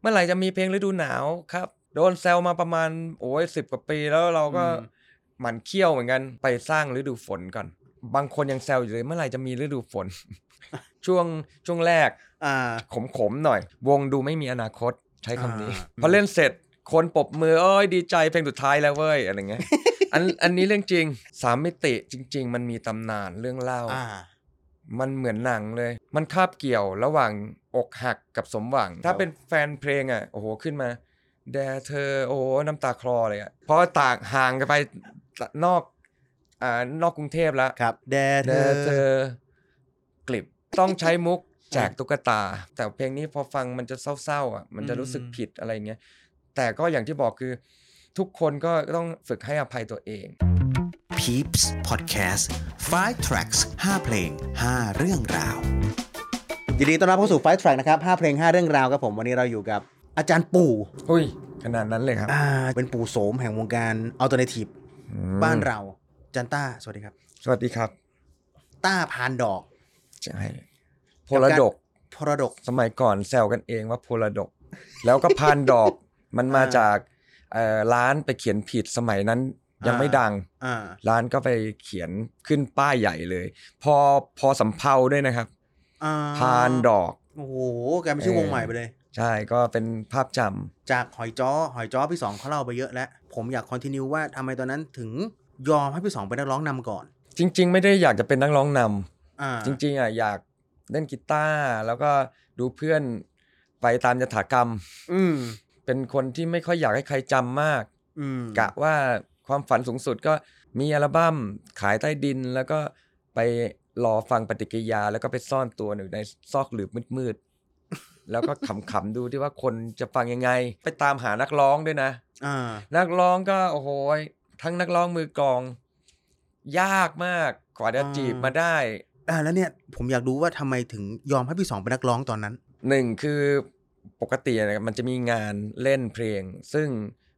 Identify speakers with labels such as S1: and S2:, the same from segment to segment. S1: เมื่อไหร่จะมีเพลงฤดูหนาวครับ โดนแซวมาประมาณโอ้ยสิบกว่าปีแล้วเราก็
S2: อืม
S1: หมั่นเคี้ยวเหมือนกันไปสร้างฤดูฝนก่อน บางคนยังแซวอยู่เลยเมื่อไหร่จะมีฤดูฝ น ช่วงช่วงแรก
S2: อ่า
S1: ขมๆหน่อย วงดูไม่มีอนาคตใช้คำนี้
S2: อ่า
S1: พอเล่นเสร็จ คนปรบมือเอ้ยดีใจเพลงสุดท้ายแล้วเว้ยอะไรเงี้ย อันอันนี้เรื่องจริงสามมิติจริง ๆ มันมีตำนานเรื่องเล่า
S2: อ่า
S1: มันเหมือนหนังเลย มันคาบเกี่ยวระหว่างอกหักกับสมหวัง ถ้าเป็นแฟนเพลงอ่ะ โอ้โห ขึ้นมา แดเธอ โอ้โห น้ำตาคลอเลยอ่ะเพราะต่างห่างกันไปนอกอ่านอกกรุงเทพแล้ว
S2: ครับแด
S1: เธ
S2: เธ
S1: อ
S2: อ
S1: เธอกลิบต้องใช้มุกแจกตุ๊กตา แต่เพลงนี้พอฟังมันจะเศร้าๆอ่ะมันจะรู้สึก
S2: อืม
S1: ผิดอะไรเงี้ยแต่ก็อย่างที่บอกคือ ทุกคนก็ต้องฝึกให้อภัยตัวเอง
S3: Peeps Podcast 5 tracks 5 เพลง 5 เรื่องราว
S2: ยินดีต้อนรับเข้าสู่ไฟท์แทร็กนะครับ5เพลง 5 เรื่องราวครับผมวันนี้เราอยู่กับอาจารย์ปู่
S1: อุ้ย ขนาดนั้นเลยครับ
S2: อ่าเป็นปู่โสมแห่งวงการอัลเทอร์เนทีฟ
S1: อืม
S2: บ้านเราอาจารย์ต้าสวัสดีครับ
S1: สวัสดีครับ
S2: ต้าพานดอก
S1: ใช่โพลดก
S2: พรดก
S1: สมัยก่อนแซวกันเองว่าโพลดก แล้วก็พานด อกมันมา
S2: อ่า
S1: จากเอ่อร้านไปเขียนผิดสมัยนั้นยังไม่
S2: อ่า
S1: ดัง
S2: อ่า
S1: ร้านก็ไปเขียนขึ้นป้ายใหญ่เลย พอพอสำเพาด้วยนะครับ
S2: อ่
S1: พานดอก
S2: โอ้โหกลายเป็นชื่อ
S1: เอ่อ
S2: วงใหม่ไปเลย
S1: ใช่ก็เป็นภาพจ
S2: จากหอยจ้อหอยจ้อพี่สองเขาเล่าไปเยอะแล้ว ผมอยากคอนติเนียว่าทำไมตอนนั้นถึงยอมให้พี่สองเป็นนักร้องนำก่อน
S1: ำจริง ๆ ไม่ได้อยากจะเป็นนักร้องน
S2: อ่า
S1: ำจริง ๆอ่ะอยากเล่นกีตาร์แล้วก็ดูเพื่อนไปตามยถากรรม
S2: อืม
S1: เป็นคนที่ไม่ค่อยอยากให้ใครจำมาก
S2: อืม
S1: กะว่าความฝันสูงสุดก็มีอัลบั้มขายใต้ดิน แล้วก็ไปรอฟังปฏิกิริยา แล้วก็ไปซ่อนตัวอยู่ในซอกหลืบมืดๆ แล้วก็ขำๆดูที่ว่าคนจะฟังยังไง ไปตามหานักร้องด้วยนะ
S2: อ่า
S1: นักร้องก็โอ้โหยทั้งนักร้องมือกลอง ยากมากกว่าจะ
S2: อ่า
S1: จีบมาได้
S2: อ่าแล้วเนี่ยผมอยากรู้ว่าทำไมถึงยอมให้พี่สองเป็นนักร้องตอนนั้น
S1: หนึ่งคือปกติเนี่ยมันจะมีงานเล่นเพลง ซึ่ง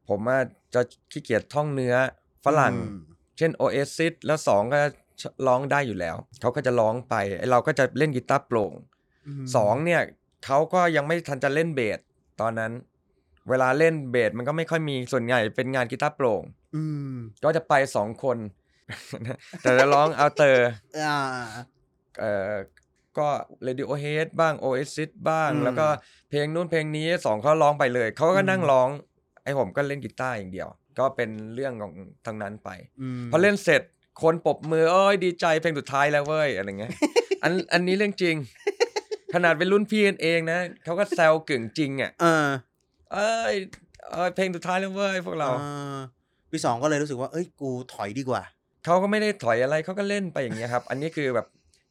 S1: ผมว่าจะขี้เกียจท่องเนื้อฝรั่ง
S2: อืม
S1: เช่น Oasis แล้วสองก็ร้องได้อยู่แล้ว เขาก็จะร้องไปไอ้เราก็จะเล่นกีตาร์โปร่ง
S2: ม
S1: สองเนี่ยเขาก็ยังไม่ทันจะเล่นเบสตอนนั้น เวลาเล่นเบสมันก็ไม่ค่อยมีส่วนใหญ่เป็นงานกีตาร์โปร่ง
S2: อืม
S1: ก็จะไปสองคน แต่จะร้องเอาเตอร์
S2: อ่า
S1: เอ่อก็ Radiohead บ้าง Oasis บ้าง
S2: อืม
S1: แล้วก็เพลงนู้นเพลงนี้สองเขาร้องไปเลย เขาก็นั่ง
S2: อืม
S1: ร้อง ไอ้ผมก็เล่นกีตาร์อย่างเดียว ก็เป็นเรื่องของทางนั้นไป
S2: ม
S1: พอเล่นเสร็จคนปรบมือเอ้ยดีใจเพลงสุดท้ายแล้วเว้ยอะไรเงี้ย อันอันนี้เรื่อง จริง ขนาดเป็นรุ่นพี่กันเองนะเขาก็แซวกึ่งจริงอ่ะ
S2: เออ
S1: เอ้ยเอ้ยเพลงสุดท้ายแล้วเว้ยพวกเรา
S2: อ่าพี่สองก็เลยรู้สึกว่า เอ้ยกูถอยดีกว่า
S1: เขาก็ไม่ได้ถอยอะไรเขาก็เล่นไปอย่างเงี้ยครับ อันนี้คือแบบ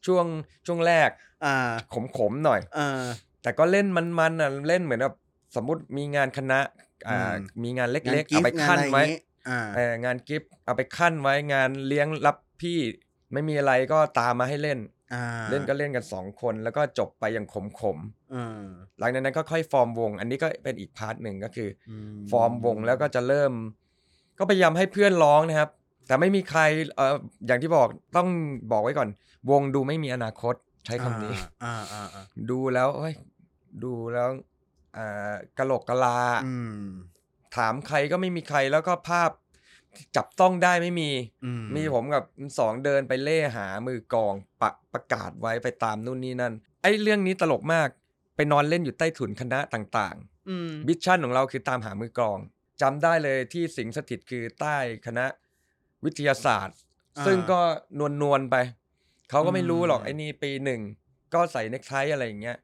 S1: ช่วงช่วงแรก
S2: อ่า
S1: ขมๆหน่อย
S2: เออ
S1: แต่ก็เล่นมันๆอ่ะเล่นเหมือนแบบสมมติมีงานคณะอ่า
S2: อืม
S1: มีงานเล็
S2: งาน
S1: กๆเอาไป
S2: งา
S1: ขั้น
S2: อะไรอย่า
S1: ไว้
S2: งงี้อ่า
S1: เอองานกิฟต์เอาไปขั้นไว้งานเลี้ยงรับพี่ไม่มีอะไรก็ตามมาให้เล่น
S2: อ่า
S1: เล่นก็เล่นกันสองคนแล้วก็จบไปอย่างขมขม
S2: เออ
S1: ๆหลังจากนั้นก็ค่อยฟอร์มวง อันนี้ก็เป็นอีกพาร์ทหนึ่งก็คืออ
S2: ม
S1: ฟอร์มวงแล้วก็จะเริ่ม ก็พยายามให้เพื่อนร้องนะครับ แต่ไม่มีใครเอออย่างที่บอกต้องบอกไว้ก่อน วงดูไม่มีอนาคตใช้คำนี้
S2: อ่าอ่าอ่า
S1: ดูแล้วเอ้ยดูแล้วอ่ากะโหลกกะลา
S2: อืม
S1: ถามใครก็ไม่มีใครแล้วก็ภาพจับต้องได้ไม่มี
S2: อื
S1: มีผมกับสองเดินไปเล่หามือกองปะประกาศไว้ไปตามนู่นนี่นั่น ไอ้เรื่องนี้ตลกมากไปนอนเล่นอยู่ใต้ถุนคณะต่าง
S2: อืม
S1: ๆมิชชั่นของเราคือตามหามือกลองจำได้เลยที่สิงสถิตคือใต้คณะวิทยาศาสตร์
S2: า
S1: ซึ่งก็นวลนวลๆไป เขาก็ไม่รู้หรอก
S2: อืม
S1: ไอ้นี่ปีหนึ่ง ก็ใส่เนคไทอะไรอย่างเงี้ย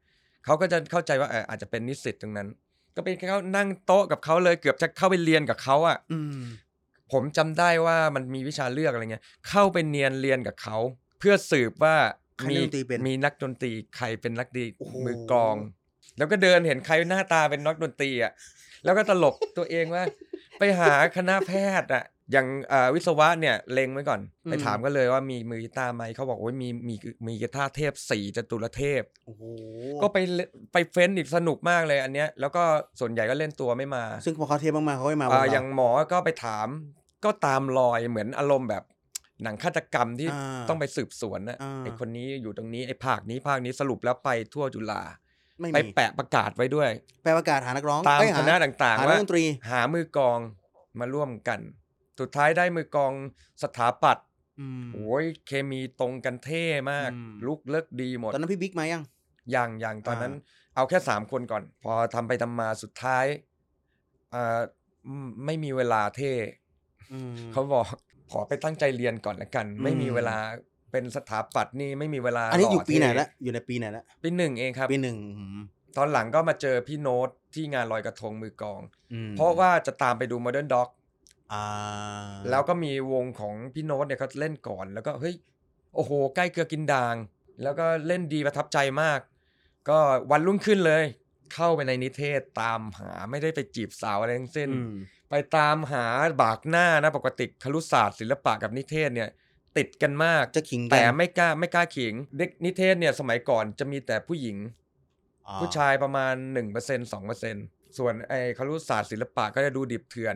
S1: เขาก็จะเข้าใจว่าเอออาจจะเป็นนิสิตตรงนั้น ก็เป็นเขานั่งโต๊ะกับเขาเลยเกือบจะเข้าไปเรียนกับเขาอะ
S2: อืม
S1: ผมจำได้ว่ามันมีวิชาเลือกอะไรเงี้ย เข้าไปเนียนเรียนกับเขา เพื่อสืบว่า
S2: ใคร
S1: มี
S2: เล่นดนตรีเป็น
S1: มีนักดนตรีใครเป็นนักดนตรี
S2: โอ้โห
S1: มือกลอง แล้วก็เดินเห็นใครหน้าตาเป็นนักดนตรีอ่ะแล้วก็ตลก ตัวเองว่า ไปหาคณะแพทย์อ่ะอย่างเอ่อวิศวะเนี่ยเล็งไว้ก่อน ไป
S2: อืม
S1: ถามก็เลยว่ามีมือกีตาร์ไหมเขาบอกว่ามีมีมีกีตาร์เทพสี่จตุรเทพ
S2: โอ้โห
S1: ก็ไปเล่นไปเฟ้นอีกสนุกมากเลยอันเนี้ยแล้วก็ส่วนใหญ่ก็เล่นตัวไม่มา
S2: ซึ่งพอเขาเทปมากๆเขาไม่มา
S1: อ่า
S2: วันเรา
S1: อย่างหมอก็ไปถามก็ตามรอยเหมือนอารมณ์แบบหนังฆาตกรรมที่
S2: อ่า
S1: ต้องไปสืบสวนนะ
S2: อ่า
S1: ไอคนนี้อยู่ตรงนี้ไอภาคนี้ภาคนี้สรุปแล้วไปทั่วจุฬา
S2: ไม่
S1: ไป
S2: มี
S1: แปะประกาศไว้ด้วย
S2: แปลประกาศหานักร้อง
S1: ตาม
S2: เอ้ยห
S1: คณะต่าง
S2: หา
S1: ๆ
S2: นั
S1: ว่า
S2: กดนตรี
S1: หามือกลองมาร่วมกัน สุดท้ายได้มือกลองสถาปัตย์
S2: อืม
S1: โอ้ยเคมีตรงกันเท่มาก
S2: อืม
S1: ลุกเลิกดีหมด
S2: ตอนนั้นพี่บิ๊กมายัง
S1: อย่างอย่างตอนนั้น
S2: อ่
S1: เอาแค่สามคนก่อน พอทำไปทำมาสุดท้ายเอ่อไม่ไม่มีเวลาเท่เขาบอก ขอไปตั้งใจเรียนก่อนละกัน
S2: อืม
S1: ไม่มีเวลาเป็นสถาปัตย์นี่ไม่มีเวลา
S2: อันนี้
S1: หล่
S2: อยู่ปี
S1: เท่
S2: ไหนละอยู่ในปีไหนละ
S1: ปีหนึ่งเองครับ
S2: ปีหนึ่งอืม
S1: ตอนหลังก็มาเจอพี่โน้ตที่งานลอยกระทงมือกลอง
S2: อืม
S1: เพราะว่าจะตามไปดู Modern Dog
S2: อ่า
S1: แล้วก็มีวงของพี่โน้ตเนี่ยเขาเล่นก่อน แล้วก็เฮ้ยโอ้โห ใกล้เกลือกินด่าง แล้วก็เล่นดีประทับใจมาก ก็วันรุ่งขึ้นเลย เข้าไปในนิเทศตามหาไม่ได้ไปจีบสาวอะไรทั้งสิ้น
S2: อืม
S1: ไปตามหาบากหน้านะปกติครุศาสตร์ศิลปะกับนิเทศเนี่ย ติดกันมาก
S2: จะขิงกัน
S1: แต่ไม่กล้าไม่กล้าขิงเด็กนิเทศเนี่ยสมัยก่อนจะมีแต่ผู้หญิง
S2: อ่
S1: ผู้ชายประมาณ 1% 2%ส่วนไอ้ครุศาสตร์ศิลปะก็จะดูดิบเถื่อน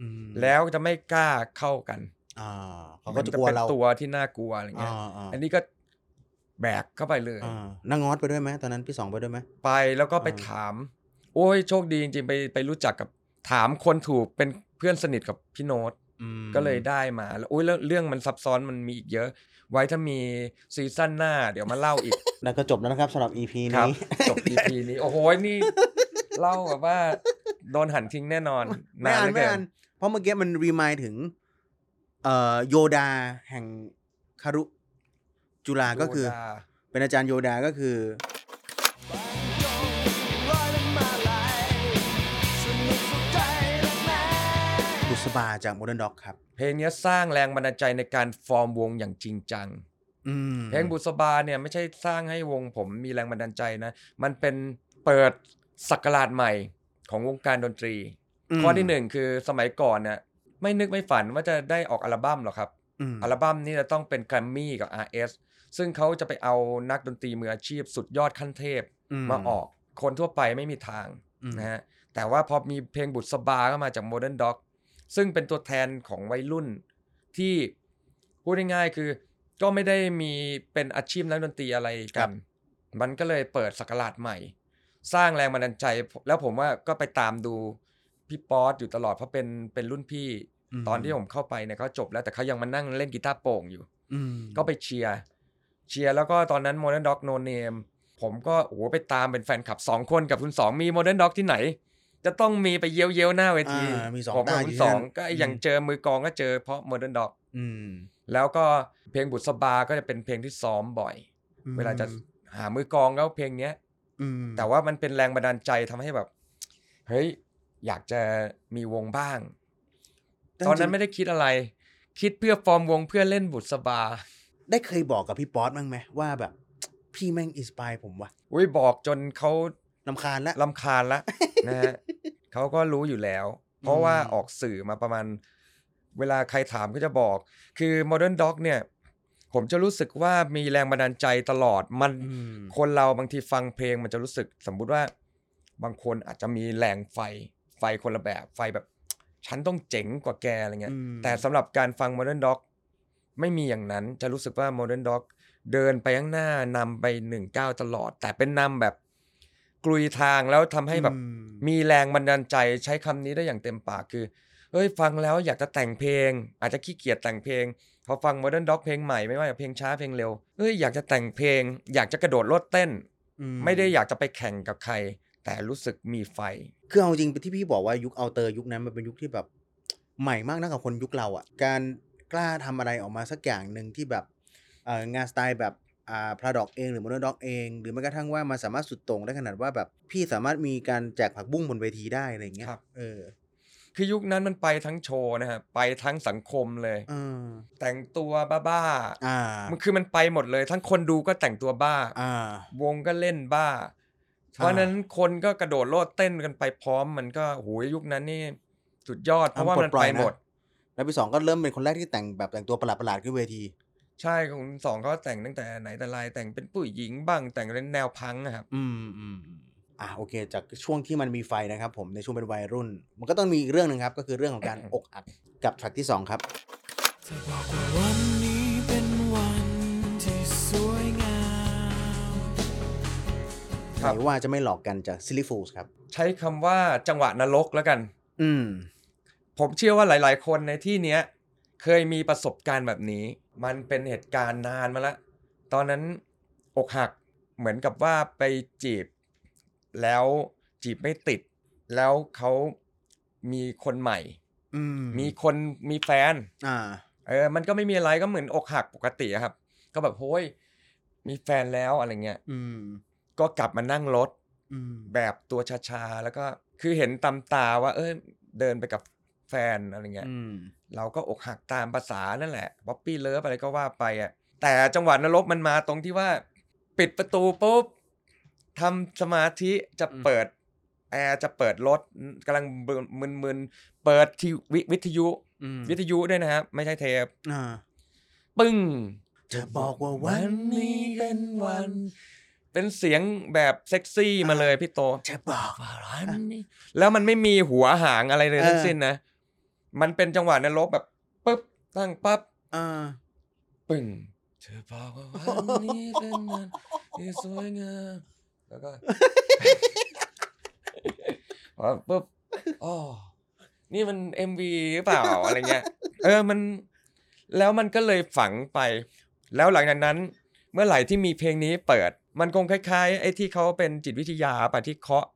S2: อืม
S1: แล้วจะไม่กล้าเข้ากัน
S2: อ่าเขาก็จะกลัวเรา
S1: นป็นตัวที่น่ากลัวอะไรเงี้ย
S2: อ่าๆ
S1: อันนี้ก็แบกเข้าไปเลย
S2: อ่านั่งงอดไปด้วยไหมตอนนั้นพี่สองไปด้วยไหม
S1: ไปแล้วก็ไป
S2: อ่า
S1: ถาม โอ้ยโชคดีจริงๆไปไปรู้จักกับถามคนถูกเป็นเพื่อนสนิทกับพี่โน้ต
S2: อืม
S1: ก็เลยได้มาแล้วโอ้ยแล้วเรื่องมันซับซ้อนมันมีอีกเยอะ ไว้ถ้ามีซีซั่นหน้า เดี๋ยวมาเล่าอีก
S2: นั่นก็จบแล้วนะครับสำหรับ EP
S1: ครั
S2: นี้
S1: จ บ EP นี้โอ้โหนี่ เล่าแบบว่าโดนหันทิ้งแน่นอน
S2: ไม่อ่าน
S1: เหลื
S2: ไม่
S1: เกิ
S2: อ่านเพราะเมื่อกี้มันรีมายถึงเอ่อโยดาแห่งคารุ จุฬาก็คือ
S1: โดา
S2: เป็นอาจารย์โยดาก็คือ บุษบาจากโมเดิร์นด็อกครับ
S1: เพลงเนี้ยสร้างแรงบันดาลใจในการฟอร์มวงอย่างจริงจัง
S2: อืม
S1: เพลงบุษบาเนี่ยไม่ใช่สร้างให้วงผมมีแรงบันดาลใจนะ มันเป็นเปิดศักราชใหม่ของวงการดนตรี
S2: ม
S1: ข้อที่หนึ่งคือสมัยก่อนเนี่ยไม่นึกไม่ฝันว่าจะได้ออกอัลบั้มหรอกครับ
S2: อืม
S1: อัลบั้มนี่จะต้องเป็นแกรมมี่กับ RS ซึ่งเขาจะไปเอานักดนตรีมืออาชีพสุดยอดขั้นเทพมาออก คนทั่วไปไม่มีทาง
S2: อืม
S1: นะฮะแต่ว่าพอมีเพลงบุษบาก็มาจาก Modern Dog ซึ่งเป็นตัวแทนของวัยรุ่นที่พูดง่ายๆคือก็ไม่ได้มีเป็นอาชีพนักดนตรีอะไรกัน มันก็เลยเปิดสกราชใหม่ สร้างแรงบันดาลใจ แล้วผมว่าก็ไปตามดูพี่ป๊อตอยู่ตลอดเพราะเป็นเป็นรุ่นพี่
S2: ม
S1: ตอนที่ผมเข้าไปเนี่ยเขาจบแล้วแต่เขายังมานั่งเล่นกีตาร์โปร่งอยู่
S2: อืม
S1: ก็ไปเชียร์เชียร์แล้วก็ตอนนั้น Modern Dog No Name ผมก็โอ้โหไปตามเป็นแฟนคลับ 2 คนกับคุณสองมี Modern Dog ที่ไหน จะต้องมีไปเยียวเยียวๆหน้าเวที
S2: อ่ามีสอง
S1: ผมกับ
S2: ตาอ
S1: คุณ
S2: ยู่ที่
S1: สอ
S2: นั่
S1: ง
S2: น
S1: ก็ยังเจอมือกลองก็เจอเพราะ Modern Dog
S2: อืม
S1: แล้วก็เพลงบุษบาก็จะเป็นเพลงที่ซ้อมบ่อย
S2: อืม
S1: เวลาจะหามือกลองก็เพลงเนี้ย
S2: อืม
S1: แต่ว่ามันเป็นแรงบันดาลใจทำให้แบบ เฮ้ย อยากจะมีวงบ้าง ตอนนั้นไม่ได้คิดอะไร คิดเพื่อฟอร์มวงเพื่อเล่นบุษบา
S2: ได้เคยบอกกับพี่ป๊อตบ้างไหมว่าแบบ พี่แม่งอินสปายผมว่ะ
S1: อุ้ยบอกจนเขา
S2: นำคาญละ
S1: ลำคาญละ นะฮะเขาก็รู้อยู่แล้ว เพราะว่าออกสื่อมาประมาณ เวลาใครถามก็จะบอก คือ Modern Dog เนี่ย ผมจะรู้สึกว่ามีแรงบันดาลใจตลอดมัน
S2: อืม
S1: คนเราบางทีฟังเพลงมันจะรู้สึกสมมุติว่า บางคนอาจจะมีแรงไฟไฟคนละแบบไฟแบบ ฉันต้องเจ๋งกว่าแกอะไรเงี้ย
S2: อืม
S1: แต่สำหรับการฟัง Modern Dog ไม่มีอย่างนั้นจะรู้สึกว่า Modern Dog เดินไปข้างหน้านำไปหนึ่งก้าวตลอด แต่เป็นนำแบบกลุยทางแล้วทำให้แบบ
S2: อืม
S1: มีแรงบันดาลใจใช้คำนี้ได้อย่างเต็มปากคือ เอ้ยฟังแล้วอยากจะแต่งเพลง อาจจะขี้เกียจแต่งเพลง พอฟัง Modern Dog เพลงใหม่ไม่ว่าจะเพลงช้าเพลงเร็วเอ้ยอยากจะแต่งเพลง อยากจะกระโดดโลดเต้น
S2: อื
S1: ไม่ได้อยากจะไปแข่งกับใคร แต่รู้สึกมีไฟ
S2: คือเอาจริงที่พี่บอกว่ายุคเอาเตอร์ยุคนั้นมันเป็นยุคที่แบบ ใหม่มากนะกับคนยุคเราอ่ะ การกล้าทำอะไรออกมาสักอย่างหนึ่งที่แบบเอ่องานสไตล์แบบอ่าพระดอกเองหรือม o น e r n d ด็อกเอง หรือแม้กระทั่งว่ามันสามารถสุดโต่งได้ขนาดว่าแบบพี่สามารถมีการแจกผักบุ้งบนเวทีได้อะไรอย่างเงี้ย
S1: ครับ
S2: เออ
S1: คือยุคนั้นมันไปทั้งโชว์นะฮะไปทั้งสังคมเลย
S2: เออ
S1: แต่งตัวบ้า
S2: อ่า
S1: ๆมันคือมันไปหมดเลย ทั้งคนดูก็แต่งตัวบ้า
S2: อ่า
S1: วงก็เล่นบ้า เพราะ
S2: อ่า
S1: ฉะนั้นคนก็กระโดดโลดเต้นกันไปพร้อมมันก็โหยยุคนั้นนี่สุดยอด เพราะว่า
S2: ทำปลด
S1: มัน
S2: ปล่
S1: ไป
S2: อยนะ
S1: หมด
S2: แล้วพี่สองก็เริ่มเป็นคนแรกที่แต่งแบบแต่งตัวประหลาดๆขึ้นเวที
S1: ใช่ของสองเขาแต่งตั้งแต่ไหนแต่ไรแต่งเป็นผู้หญิงบ้างแต่งเป็นแนวพังก์อะครับ
S2: อืมอืมอืมอ่ะโอเค จากช่วงที่มันมีไฟนะครับผมในช่วงเป็นวัยรุ่น มันก็ต้องมีอีกเรื่องหนึ่งครับ ก็คือเรื่องของการ อกอักกับแทร็กที่ 2 ครับ
S4: จะบอกว่าวันนี้เป็นวันที่สวยงาม
S1: ค ครั
S2: สั
S1: บ
S2: ยว่าจะไม่หลอกกันจากซิลิฟูสครับ
S1: ใช้คำว่าจังหวะนรกแล้วกัน
S2: อืม
S1: ผมเชื่อว่าหลาย ๆ คนในที่เนี้ยเคยมีประสบการณ์แบบนี้ มันเป็นเหตุการณ์นานมาละ ตอนนั้นอกหักเหมือนกับว่าไปจีบ แล้วจีบไม่ติด แล้วเขามีคนใหม่
S2: อืม
S1: มีคนมีแฟน
S2: อ่า
S1: เออ มันก็ไม่มีอะไรก็เหมือนอกหักปกติอะครับ ก็แบบโฮ้ยมีแฟนแล้วอะไรเงี้ย
S2: อืม
S1: ก็กลับมานั่งรถ
S2: อืม
S1: แบบตัวชาๆ แล้วก็คือเห็นตำตาว่า เอ้ยเดินไปกับแฟนอะไรเงี้ย
S2: อืม
S1: เราก็อกหักตามภาษานั่นแหละป๊อปปี้เลิฟอะไรก็ว่าไปอ่ะ แต่จังหวะนรกมันมาตรงที่ว่า ปิดประตูปุ๊บทำสมาธิจะ
S2: อืม
S1: เปิดแอร์จะเปิดรถกำลังมึนๆ เปิดทีวิวิทยุ
S2: อืม
S1: วิทยุด้วยนะครับ ไม่ใช่เทป
S2: อ่า
S1: ปึ้ง
S2: จะบอกว่าวันนี้เป็นวัน
S1: เป็นเสียงแบบเซ็กซี่มาเลยพี่โต
S2: จะบอกว่าวันนี้
S1: แล้วมันไม่มีหัวหางอะไรเลย
S2: เออ
S1: ทั้งสิ้นนะ มันเป็นจังหวะนรกแบบปึ๊บตั้งปั๊บ
S2: อ่า
S1: ปึ้งเธอบอกว่าวันนี้เป็นวัน ที่สวยงามแล้ว ก็ พอปึ๊บอ๋อนี่มันเอ็มวีหรือเปล่าอะไร เงี้ย เออมันแล้วมันก็เลยฝังไป แล้วหลังจากนั้น เมื่อไหร่ที่มีเพลงนี้เปิด มันคงคล้ายๆ ไอ้ที่เขาเป็นจิตวิทยาปะที่เคาะ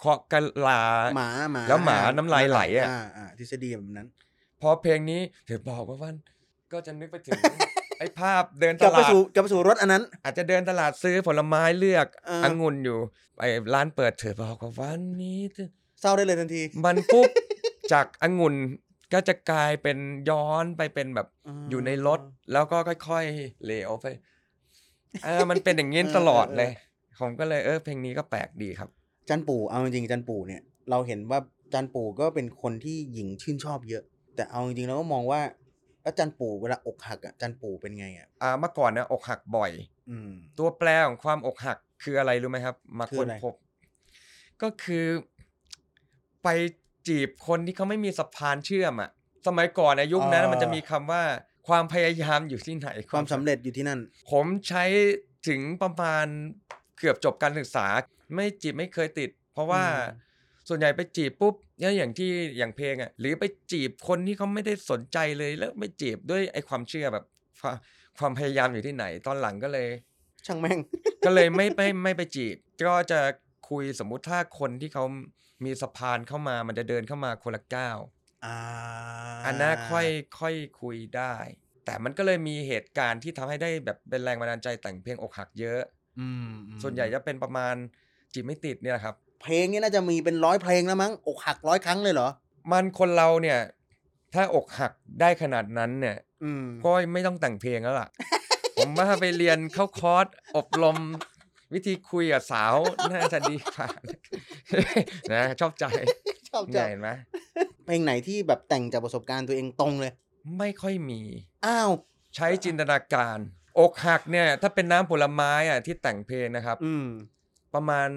S1: เคาะกะลา
S2: หมาหมา
S1: แล้วหมาน้ำลายไหลอะ
S2: อ่าทฤษฎีแบบนั้น
S1: พอเพลงนี้เธอบอกว่าวันก็จะนึกไป ถึง ไอ้ภาพเดิน
S2: ก
S1: ต
S2: ลับไป
S1: ลาด
S2: สู่กลับไปสู่รถอันนั้น
S1: อาจจะเดินตลาดซื้อผลไม้เลือก
S2: เอออั
S1: องุ่นอยู่ไอ้ร้านเปิดเธอบอกว่าวันนี้เธอ
S2: เศร้าได้เลยทันที
S1: มันปุ๊บ จากองุ่นก็จะกลายเป็นย้อนไปเป็นแบบ
S2: า
S1: อยู่ในรถแล้วก็ค่อยๆเหลวไปเออมันเป็นอย่างนี้ตลอดเลย ผมก็เลยเออเพลงนี้ก็แปลกดีครับ
S2: จันปู่เอาจริงๆจันปู่เนี่ยเราเห็นว่าจันปู่ก็เป็นคนที่หญิงชื่นชอบเยอะ แต่เอาจริงๆเราก็มองว่าแล้วจันปู่เวลาอกหักอ่ะจันปู่เป็นไงอ่ะ
S1: อ่าเมื่อก่อนนะอกหักบ่อย
S2: อืม
S1: ตัวแปรของความอกหักคืออะไรรู้ไหมครับ มา
S2: คือ
S1: ค้น
S2: อะไร
S1: พบ ก็คือไปจีบคนที่เขาไม่มีสะพานเชื่อมอะสมัยก่อนในะยุคนั้นมันจะมีคำว่าความพยายามอยู่ที่ไหน
S2: ความสำเร็จอยู่ที่นั่น
S1: ผมใช้ถึงประมาณเกือบจบการศึกษา ไม่จีบไม่เคยติด เพราะว่า
S2: อืม
S1: ส่วนใหญ่ไปจีบปุ๊บเนี่ยอย่างที่อย่างเพลงอะหรือไปจีบคนที่เขาไม่ได้สนใจเลยแล้วไปจีบด้วยไอ้ความเชื่อแบบความความพยายามอยู่ที่ไหน ตอนหลังก็เลย
S2: ช่างแม่ง
S1: ก็เลยไม่ไม่ไม่ไปจีบ ก็จะคุยสมมุติถ้าคนที่เขามีสะพานเข้ามามันจะเดินเข้ามาคนละก้าว
S2: อ่า
S1: อันน่าค่อยค่อยคุยได้ แต่มันก็เลยมีเหตุการณ์ที่ทำให้ได้แบบเป็นแรงบันดาลใจแต่งเพลงอกหักเยอะ
S2: อืมอืม
S1: ส่วนใหญ่จะเป็นประมาณจีบไม่ติดเนี่ยแหละครับ
S2: เพลงเนี้น่าจะมีเป็นร้อยเพลงแล้วมั้งอกหักร้อยครั้งเลยเหรอ
S1: มันคนเราเนี่ย ถ้าอกหักได้ขนาดนั้นเนี่ย
S2: อืม
S1: ก็ไม่ต้องแต่งเพลงแล้วล่ะ ผมว่าไปเรียนเข้าคอร์สอบรม วิธีคุยกับสาว น่าจะดีกว่า นะชอบใจ
S2: ชอบ
S1: เนี่
S2: จั
S1: ย
S2: ง
S1: เห็นไหม
S2: เพลงไหนที่แบบแต่งจากประสบการณ์ตัวเองตรงเลย
S1: ไม่ค่อยมี
S2: อ้าว
S1: ใช้จินตนาการ อกหักเนี่ย ถ้าเป็นน้ำผลไม้อะที่แต่งเพลงนะครับ
S2: อืม
S1: ประมาณ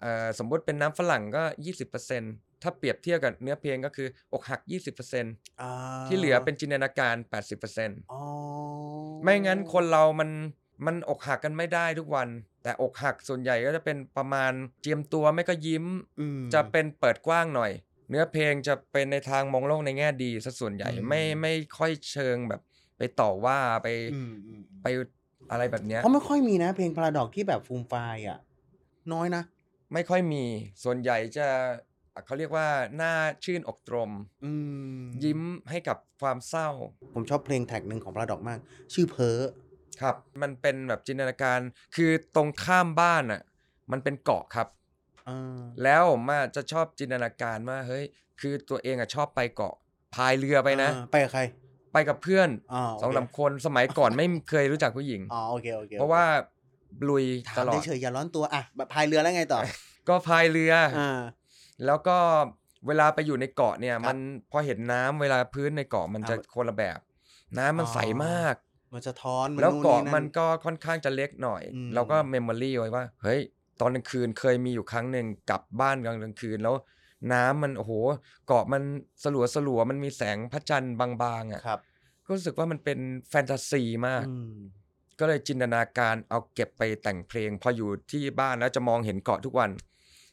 S1: เอ่อสมมติเป็นน้ำฝรั่งก็ 20%ถ้าเปรียบเทียบกับเนื้อเพลงก็คือ อกหัก 20%
S2: อ่า
S1: ที่เหลือเป็นจินตนาการ 80%
S2: อ๋อ
S1: ไม่งั้นคนเรามันมันอกหักกันไม่ได้ทุกวัน แต่อกหักส่วนใหญ่ก็จะเป็นประมาณเจียมตัวไม่ก็ยิ้ม
S2: อืม
S1: จะเป็นเปิดกว้างหน่อย เนื้อเพลงจะเป็นในทางมองโลกในแง่ดีซะส่วนใหญ่
S2: อืม
S1: ไม่ไม่ค่อยเชิงแบบ ไปต่อว่าไป
S2: อืมอืม
S1: ไปอะไรแบบเนี้ย
S2: เพราะไม่ค่อยมีนะเพลงพาราดอกที่แบบฟูมไฟายอ่ะ น้อยนะ
S1: ไม่ค่อยมีส่วนใหญ่จะเขาเรียกว่าหน้าชื่นอกตรม
S2: อืม
S1: ยิ้มให้กับความเศร้า
S2: ผมชอบเพลงแท็กหนึ่งของพาราดอกมาก ชื่อเพอ
S1: ครับ มันเป็นแบบจินตนาการคือตรงข้ามบ้านอ่ะมันเป็นเกาะครับ
S2: อ่า
S1: แล้วผมอะจะชอบจินตนาการว่าเฮ้ย คือตัวเองอะชอบไปเกาะพายเรือไปนะ
S2: อ่าไปกับใคร
S1: ไปกับเพื่อน
S2: อ๋อ
S1: สอง
S2: โเค
S1: สามคนสมัยก่อนไม่เคยรู้จักผู้หญิง
S2: อ๋อโอเคโอเค
S1: เพราะว่าลุย
S2: ถา
S1: ต
S2: ม
S1: ลอด
S2: เฉยๆอย่าร้อนตัวอ่ะแบบพายเรือแล้วไงต่อ
S1: ก็พายเรืออ
S2: อ่า
S1: แล้วก็เวลาไปอยู่ในเกาะเนี่ย
S2: ครับ
S1: มันพอเห็นน้ำเวลาพื้นในเกาะมันจะ
S2: เอา
S1: คนละแบบ น้ำมัน
S2: อ๋อ
S1: ใสมาก
S2: มันจะท้อนมัน
S1: แล้ว
S2: นู่น
S1: เกาะ
S2: นี่
S1: มั
S2: นั่
S1: น
S2: น
S1: ก็ค่อนข้างจะเล็กหน่อย
S2: อืม
S1: เราก็เมมโมรี่ไว้ว่า เฮ้ย ตอนกลางคืนเคยมีอยู่ครั้งหนึ่งกลับบ้านกลางคืนแล้ว น้ำมันโอ้โห เกาะมันสลัวสลัวๆมันมีแสงพระจันทร์บางๆอ่ะ
S2: ครับ
S1: ก็รู้สึกว่ามันเป็นแฟนตาซีมาก
S2: อืม
S1: ก็เลยจินตนาการเอาเก็บไปแต่งเพลง พออยู่ที่บ้านแล้วจะมองเห็นเกาะทุกวัน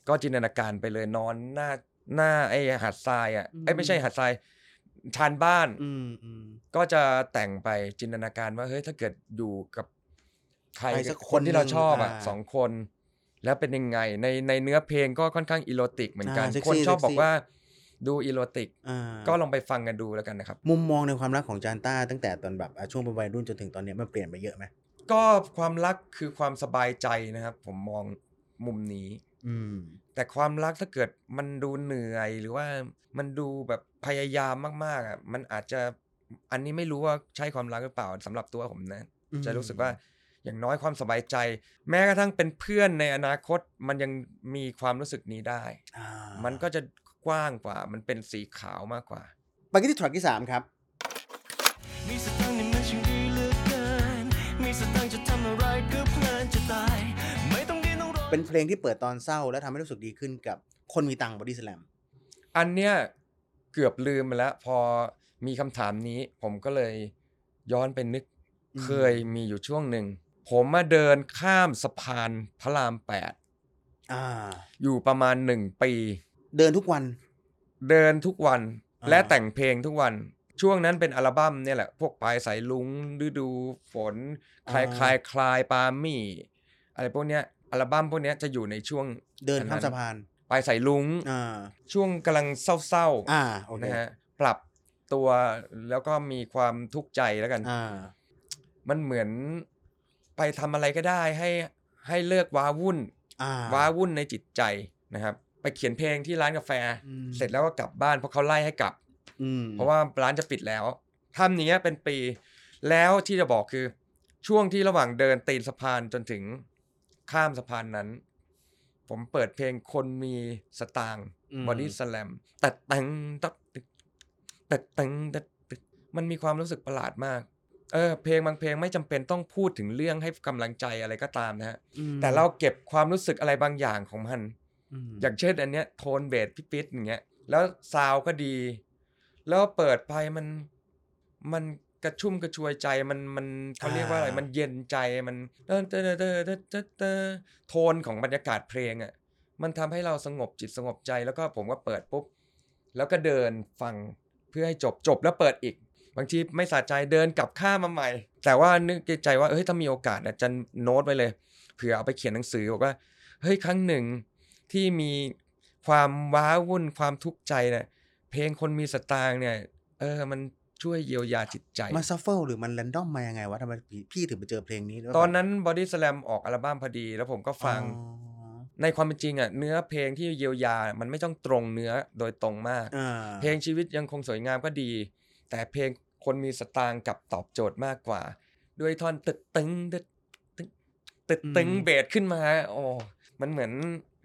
S1: ก็จินตนาการไปเลยนอนหน้าหน้าไอ้หาดทรายอ่ะไอ้ยไม่ใช่หาดทรายชานบ้าน
S2: อืมอืม
S1: ก็จะแต่งไปจินตนาการว่าเฮ้ยถ้าเกิดอยู่กับใคร
S2: ใครสัก
S1: คนที่เราชอบอ่ะ
S2: คนหนึ่ง
S1: สองคน แล้วเป็นยังไงในในเนื้อเพลงก็ค่อนข้างอีโรติกเหมือนกัน
S2: อ่าเซ็กซี่
S1: คนชอบ
S2: เซ็
S1: บ
S2: กซี่
S1: อกว่าดูอีโรติก
S2: อ่า
S1: ก็ลองไปฟังกันดูแล้วกันนะครับ
S2: มุมมองในความรักของจานต้าตั้งแต่ตอนแบบอ่ะช่วงเป็นวัยรุ่นจนถึงตอนเนี้ยมันเปลี่ยนไปเยอะไหม
S1: ก็ความรักคือความสบายใจนะครับ ผมมองมุมนี้
S2: อืม
S1: แต่ความรักถ้าเกิดมันดูเหนื่อยหรือว่ามันดูแบบพยายามมากๆอ่ะมันอาจจะอันนี้ไม่รู้ว่าใช่ความรักหรือเปล่าสำหรับตัวผมนะ จะรู้สึกว่าอย่างน้อยความสบายใจ แม้กระทั่งเป็นเพื่อนในอนาคตมันยังมีความรู้สึกนี้ได้
S2: อ่า
S1: มันก็จะกว้างกว่า มันเป็นสีขาวมากกว่า
S2: ไปกันที่ทรัคที่สามครับ
S4: มีสตังค์นี่มันช่างดีเหลือเกิน มีสตังค์จะทำอะไรก็เพลินจะตาย ไม่ต้องดินต้องรน
S2: เป็นเพลงที่เปิดตอนเศร้าและทำให้รู้สึกดีขึ้นกับคนมีตังค์บอดี้สแลม
S1: อันเนี้ยเกือบลืมไปแล้ว พอมีคำถามนี้ ผมก็เลยย้อนไปนึกเคยมีอยู่ช่วงหนึ่ง ผมมาเดินข้ามสะพานพระราม
S2: อ่า
S1: 8 อยู่ประมาณหนึ่งปี
S2: เดินทุกวัน
S1: เดินทุกวัน
S2: อ่า
S1: และแต่งเพลงทุกวัน ช่วงนั้นเป็นอัลบั้มเนี่ยแหละ พวกปลายสายลุงฤดูฝน คลายคลายคลายปามี่ อะไรพวกเนี้ยอัลบั้มพวกเนี้ยจะอยู่ในช่วง
S2: เดินข้ามสะพาน
S1: ปลายสายลุง
S2: อ่า
S1: ช่วงกำลังเศร้า
S2: อ่าโอ
S1: ๆ
S2: เค
S1: นะฮะปรับตัวแล้วก็มีความทุกข์ใจแล้วกัน
S2: อ่า
S1: มันเหมือนไปทำอะไรก็ได้ให้ให้เลิกว้าวุ่น
S2: อ่า
S1: ว้าวุ่นในจิตใจนะครับ ไปเขียนเพลงที่ร้านกาแฟ
S2: อืม
S1: เสร็จแล้วก็กลับบ้านเพราะเขาไล่ให้กลับ
S2: อืม
S1: เพราะว่าร้านจะปิดแล้วทำอย่างเนี้ยเป็นปี แล้วที่จะบอกคือช่วงที่ระหว่างเดินตีนสะพานจนถึงข้ามสะพานนั้น ผมเปิดเพลงคนมีสตางค์บอดี้สแลมแต่ตังตัดตึกแต่ตังตัดตึกมันมีความรู้สึกประหลาดมาก เออเพลงบางเพลงไม่จำเป็นต้องพูดถึงเรื่องให้กำลังใจอะไรก็ตามนะฮะ
S2: อืม
S1: แต่เราเก็บความรู้สึกอะไรบางอย่างของมัน
S2: ม
S1: อย่างเช่นอันเนี้ยโทนเบสพี่ปิ๊ดอย่างเงี้ยแล้วซาวก็ดี แล้วเปิดไปมันมันกระชุ่มกระชวยใจมันมันเขาเรียกว่าอะไรมันเย็นใจมันเตอเตอเตอเตอเตอเตอโทนของบรรยากาศเพลงอ่ะมันทำให้เราสงบจิตสงบใจแล้วก็ผมก็เปิดปุ๊บ แล้วก็เดินฟังเพื่อให้จบจบแล้วเปิดอีก บางทีไม่สะใจเดินกลับข้ามมาใหม่ แต่ว่านึกในใจว่าเฮ้ยถ้ามีโอกาสนะจะโน้ตไว้เลยเผื่อเอาไปเขียนหนังสือบอกว่าเฮ้ยครั้งหนึ่ง ที่มีความว้าวุ่นความทุกข์ใจเนี่ยเพลงคนมีสตางค์เนี่ย เออ มันช่วยเยียวยาจิตใจ
S2: มันซัฟเฟิลหรือมันแรนดอมมายังไงวะทำไมพี่พี่ถึงไปเจอเพลงนี้ด้วย
S1: ตอนนั้น Body Slam ออกอัลบั้มพอดี แล้วผมก็ฟัง
S2: อ๋อ
S1: ในความเป็นจริงอ่ะเนื้อเพลงที่เยียวยา มันไม่ต้องตรงเนื้อโดยตรงมาก
S2: อ่า
S1: เพลงชีวิตยังคงสวยงามก็ดี แต่เพลงคนมีสตางค์กลับตอบโจทย์มากกว่า ด้วยท่อนตึดตึงตึดตึงตึดตึงเบสขึ้นมาโอ้มันเหมือน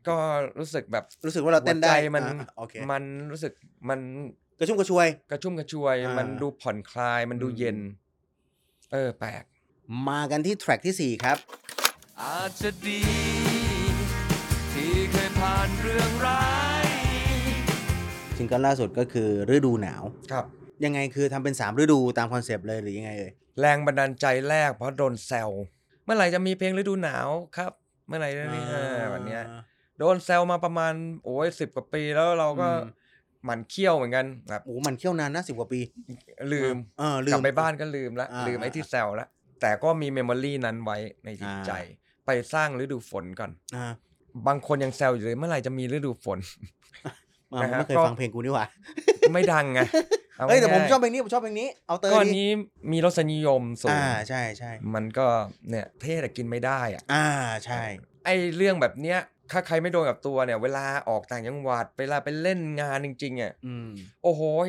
S1: ก็รู้สึกแบบ
S2: รู้สึกว่าเราเต้นได้
S1: หัวใจมัน
S2: อ่าโอเค
S1: มันรู้สึกมัน
S2: กระชุ่มกระชวย
S1: กระชุ่มกระชวย
S2: อ่ามั
S1: มันดูผ่อนคลายมันดู
S2: อืม
S1: เย็น เออแปลก
S2: มากันที่แทร็กที่สี่ครับ
S4: อาจจะดี ที่เคยผ่านเรื่องร้าย
S2: ซิงเกิลล่าสุดก็คือฤดูหนาว
S1: ครับ
S2: ยังไงคือทำเป็น 3 ฤดูตามคอนเซปต์เลยหรือยังไงเอ่ย
S1: แรงบันดาลใจแรกเพราะโดนแซวเมื่อไหร่จะมีเพลงฤดูหนาวครับ เมื่อไหร่จะมีเออวันเนี้ย โดนแซวมาประมาณโอ้ยสิบกว่าปีแล้วเราก็
S2: อืม
S1: หมั่นเคี้ยวเหมือนกันแบบ
S2: โอ้โหมันเขี้ยวนานนะสิบกว่าปี
S1: ลืม
S2: เออลืม
S1: กลับไปบ้านก็ลืมละ
S2: อ่า
S1: ลืมไอ้ที่แซวละแต่ก็มีเมมโมรีนั้นไว้ในจิต
S2: อ่า
S1: ใจ ไปสร้างฤดูฝนก่อน
S2: อ่า
S1: บางคนยังแซวอยู่เลยเมื่อไหร่จะมีฤดูฝ น
S2: มา
S1: นะฮะ
S2: ไม่เคย
S1: ก็
S2: ฟังเพลงกูนี่หว่า
S1: ไม่ดังไงา
S2: เอ้ยแต่ผม
S1: ง่ายๆ
S2: ชอบเพลงนี้ผมชอบเพลงนี้เอาเตย
S1: ก้อน
S2: ดิ
S1: นี้มีรสนิยมสูง
S2: อ่าใช่ใช่
S1: มันก็เนี่ยเท่แต่กินไม่ได้อะ
S2: อ่าใช่
S1: ไอเรื่องแบบเนี้ยถ้าใครไม่โดนกับตัวเนี่ย เวลาออกต่างจังหวัดเวลาไปเล่นงานจริงๆอ่ะ
S2: อืม
S1: โอ้โหย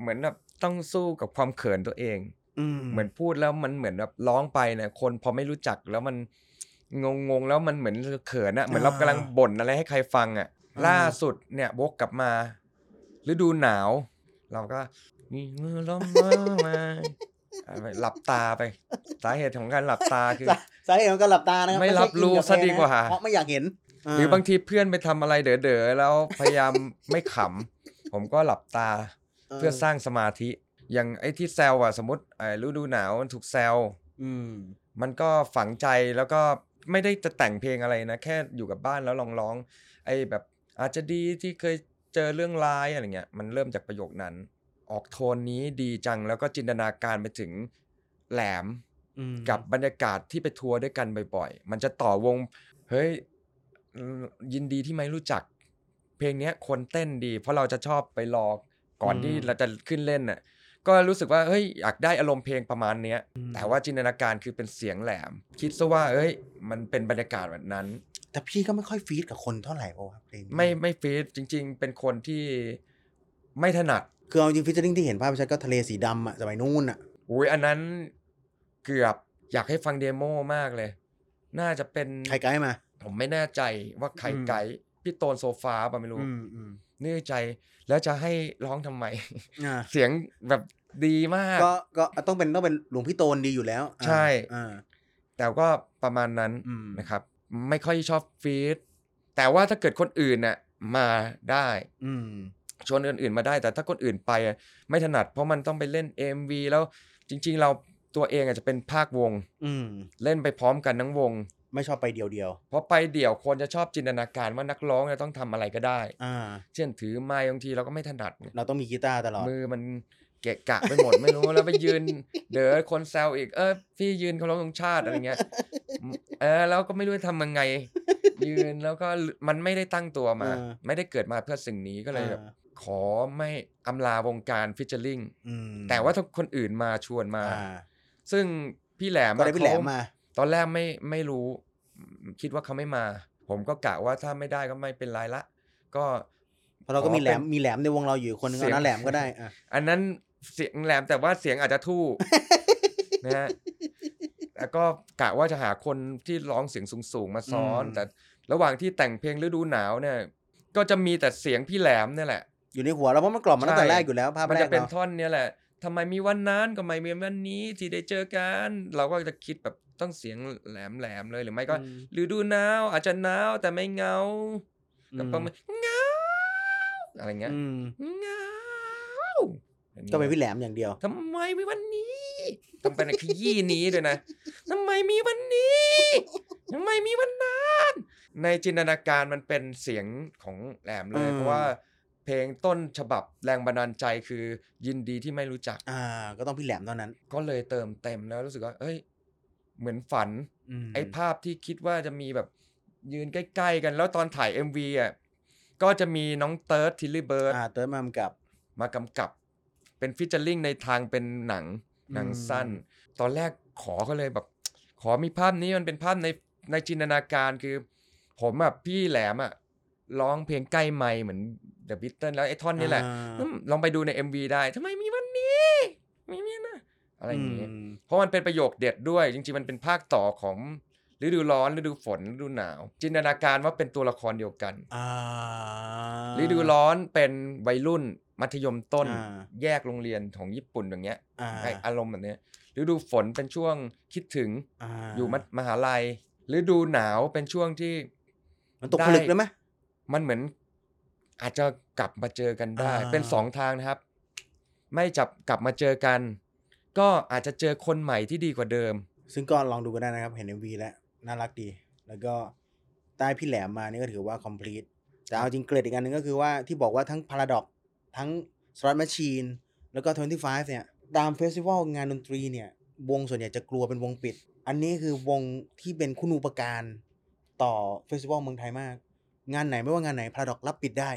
S1: เหมือนแบบต้องสู้กับความเขินตัวเอง
S2: อืม
S1: เหมือนพูดแล้วมันเหมือนแบบร้องไปเนี่ยคนพอไม่รู้จักแล้วมันงงงๆแล้วมันเหมือนเขินอะเหมือนเรากำลังบ่นอะไรให้ใครฟังอะล่าสุดเนี่ยวกกลับมาฤดูหนาว เราก็มีมือล้มมา หลับตาไป สาเหตุของการหลับตาคือ
S2: สาสาเหตุของการหลับตานะครั
S1: ไม่รับรู้
S2: ใช่อิน
S1: ซะดี
S2: บเพลงนะ
S1: กว่า
S2: เพราะไม่อยากเห็น
S1: หรือบางทีเพื่อนไปทำอะไรเด๋อๆแล้วพยายามไม่ข ำผมก็หลับตา เพื่อสร้างสมาธิ อย่างไอ้ที่แซวอะสมมติไอ้ฤดูหนาวมันถูกแซว
S2: อืม
S1: มันก็ฝังใจแล้วก็ไม่ได้จะแต่งเพลงอะไรนะ แค่อยู่กับบ้านแล้วลองร้องไอ้แบบอาจจะดีที่เคยเจอเรื่องร้ายอะไรเงี้ยมันเริ่มจากประโยคนั้น ออกโทนนี้ดีจังแล้วก็จินตนาการไปถึงแหลม
S2: อืม
S1: กับบรรยากาศที่ไปทัวร์ด้วยกันบ่อยๆ มันจะต่อวง เฮ้ยยินดีที่ไม่รู้จัก เพลงเนี้ยคนเต้นดี เพราะเราจะชอบไปรอก่อนที่เราจะขึ้นเล่นน่ะ ก็รู้สึกว่าเฮ้ยอยากได้อารมณ์เพลงประมาณเนี้ย แต่ว่าจินตนาการคือเป็นเสียงแหลม คิดซะว่า เอ้ย มันเป็นบรรยากาศแบบนั้น
S2: แต่พี่ก็ไม่ค่อยฟีดกับคนเท่าไหร่ป่ะวะเพลงนี้
S1: ไม่ไม่ฟีดจริง ๆ เป็นคนที่ไม่ถนัด
S2: คือเอาจริงฟิชเชอริงที่เห็นภาพชัดก็ทะเลสีดำอะสมัยนู้นอะ
S1: อุ้ยอันนั้นเกือบอยากให้ฟังเดโมมากเลย น่าจะเป็น
S2: ใครไกด์มา
S1: ผมไม่แน่ใจว่าใคร
S2: อืม
S1: ไกด์พี่โตนโซฟาป่ะไม่รู้
S2: อืมอืม
S1: เนื่อใจแล้วจะให้ร้องทำไม
S2: อ่า
S1: เสียงแบบดีมาก
S2: ก็ก็ต้องเป็นต้องเป็นหลวงพี่โตนดีอยู่แล้วอ่า
S1: ใช่
S2: อ่า
S1: แต่ก็ประมาณนั้น
S2: อืม
S1: นะครับ ไม่ค่อยชอบฟีดแต่ว่าถ้าเกิดคนอื่นน่ะมาได้
S2: อืม
S1: ชวนคนอื่นมาได้แต่ถ้าคนอื่นไปอ่ะไม่ถนัด เพราะมันต้องไปเล่น MV แล้วจริง ๆ เราตัวเองอาจจะเป็นภาควง
S2: อืม
S1: เล่นไปพร้อมกันทั้งวง
S2: ไม่ชอบไปเดียวเดียว
S1: เพราะไปเดี่ยวคนจะชอบจินตนาการว่านักร้องจะต้องทำอะไรก็ได้
S2: ๆอ่า
S1: เช่นถือไม้บางทีเราก็ไม่ถนัดไง
S2: เราต้องมีกีตาร์ตลอด
S1: มือมันเกะกะไปหมด ไม่รู้แล้วไปยืน เด๋อคนแซวอีกเออพี่ยืนเคารพธงชาติอะไรเงี้ยเออแล้วก็ไม่รู้จะทำยังไง ยืนแล้วก็มันไม่ได้ตั้งตัวมา
S2: เออ
S1: ไม่ได้เกิดมาเพื่อสิ่งนี้ก็เลยแบบ
S2: อ่า
S1: ขอไม่อำลาวงการฟิชเชอร์ลิง
S2: อืม
S1: แต่ว่าถ้าคนอื่นมาชวนมา
S2: อ่า
S1: ซึ่งพี่แหลม
S2: ก็ได้พี่แหลม
S1: เข
S2: มา
S1: ตอนแรกไม่ไม่รู้ คิดว่าเขาไม่มา ผมก็กะว่าถ้าไม่ได้ก็ไม่เป็นไรละ ก็
S2: เพราะเราก็มีแหลม
S1: เป็น
S2: มีแหลมในวงเราอยู่อีกคนนึง
S1: เสีย
S2: เอา
S1: ง
S2: หน้าแหลมก็ ได้อ่ะ
S1: อันนั้นเสียงแหลมแต่ว่าเสียงอาจจะทู่ นะฮะแล้วก็กะว่าจะหาคนที่ร้องเสียงสูงๆมาซ้อน แต่ระหว่างที่แต่งเพลงฤดูหนาวเนี่ย ก็จะมีแต่เสียงพี่แหลมเนี่ยแหละ
S2: อยู่ในหัวเราเพราะมันกล่อมมาตั้งแต่
S1: ใช่
S2: แรกอยู่แล้วภาพ
S1: มัน
S2: แร
S1: จะ
S2: ก
S1: เป็น
S2: เนาะ
S1: ท่อนเนี่ยแหละทำไมมีวันนั้นก็ไม่มีวันนี้ที่ได้เจอกัน เราก็จะคิดแบบต้องเสียงแหลมๆเลยหรือไม่ก็
S2: อืม
S1: ฤดูหนาวอาจจะหนาวแต่ไม่เหงาก็ประมาณเหงาอะไรเงี้ย
S2: อืม
S1: เหงาอย่างงี้ย
S2: ก็เป็นพี่แหลมอย่างเดียว
S1: ทำไมมีวันนี้ ต้องเป็นขยี้นี้ด้วยนะทำไมมีวันนี้ทำไมมีวันนั้นในจินตนาการมันเป็นเสียงของแหลมเลย
S2: อืม
S1: เพราะว่าเพลงต้นฉบับแรงบันดาลใจคือยินดีที่ไม่รู้จัก
S2: อ่า ก็ต้องพี่แหลมเท่านั้น
S1: ก็เลยเติมเต็มแล้วรู้สึกว่า เอ้ย เหมือนฝัน
S2: ม
S1: ไอ้ภาพที่คิดว่าจะมีแบบยืนใกล้ ๆ กันแล้วตอนถ่าย MV อ่ะก็จะมีน้องเติร์ดทิลลี่เบิร์ด
S2: อ่าเติร์ดมามกับ
S1: มากำกับเป็นฟิชเชอร์ลิงในทางเป็นหนังหนัง
S2: อืม
S1: สั้น ตอนแรกขอเขาเลยแบบ ขอมีภาพนี้มันเป็นภาพในในจินตนาการคือ ผมอ่ะพี่แหลมอ่ะร้องเพลงใกล้ไมค์เหมือนเดอะบิทเทิลแล้วไอ้ท่อนนี้แหละ
S2: อ่า
S1: อืมลองไปดูใน MV ได้ทำไมมีวันนี้มีเมียนะอะไรอย่างนี้
S2: ม
S1: เพราะมันเป็นประโยคเด็ดด้วย จริงๆ มันเป็นภาคต่อของฤดูร้อนฤดูฝนฤดูหนาว จินตนาการว่าเป็นตัวละครเดียวกัน
S2: อ่า
S1: ฤดูร้อนเป็นวัยรุ่นมัธยมต้น
S2: อ่า
S1: แยกโรงเรียนของญี่ปุ่นอย่างเงี้ย
S2: อ่า
S1: ไอ้อารมณ์แบบเนี้ยฤดูฝนเป็นช่วงคิดถึง
S2: า
S1: อยู่มธมหาลัยฤดูหนาวเป็นช่วงที่
S2: มันตกผลึกเลยไหม
S1: มันเหมือนอาจจะกลับมาเจอกันได้
S2: อ่า
S1: เป็นสองทางนะครับ ไม่จับกลับมาเจอกัน ก็อาจจะเจอคนใหม่ที่ดีกว่าเดิม
S2: ซึ่งก็ลองดูก็ได้นะครับ เห็น MV แล้ว น่ารักดี แล้วก็ใต้พี่แหลมมานี่ก็ถือว่า complete แต่เอาจริงเกรดอีกอันหนึ่งก็คือว่าที่บอกว่าทั้ง Paradox ทั้ง Slot Machine แล้วก็ 25 เนี่ย ตามเฟสติวัลงานดนตรีเนี่ย วงส่วนใหญ่จะกลัวเป็นวงปิด อันนี้คือวงที่เป็นคุณูปการต่อเฟสติวัลเมืองไทยมาก งานไหนไม่ว่างานไหน Paradox รับปิดได้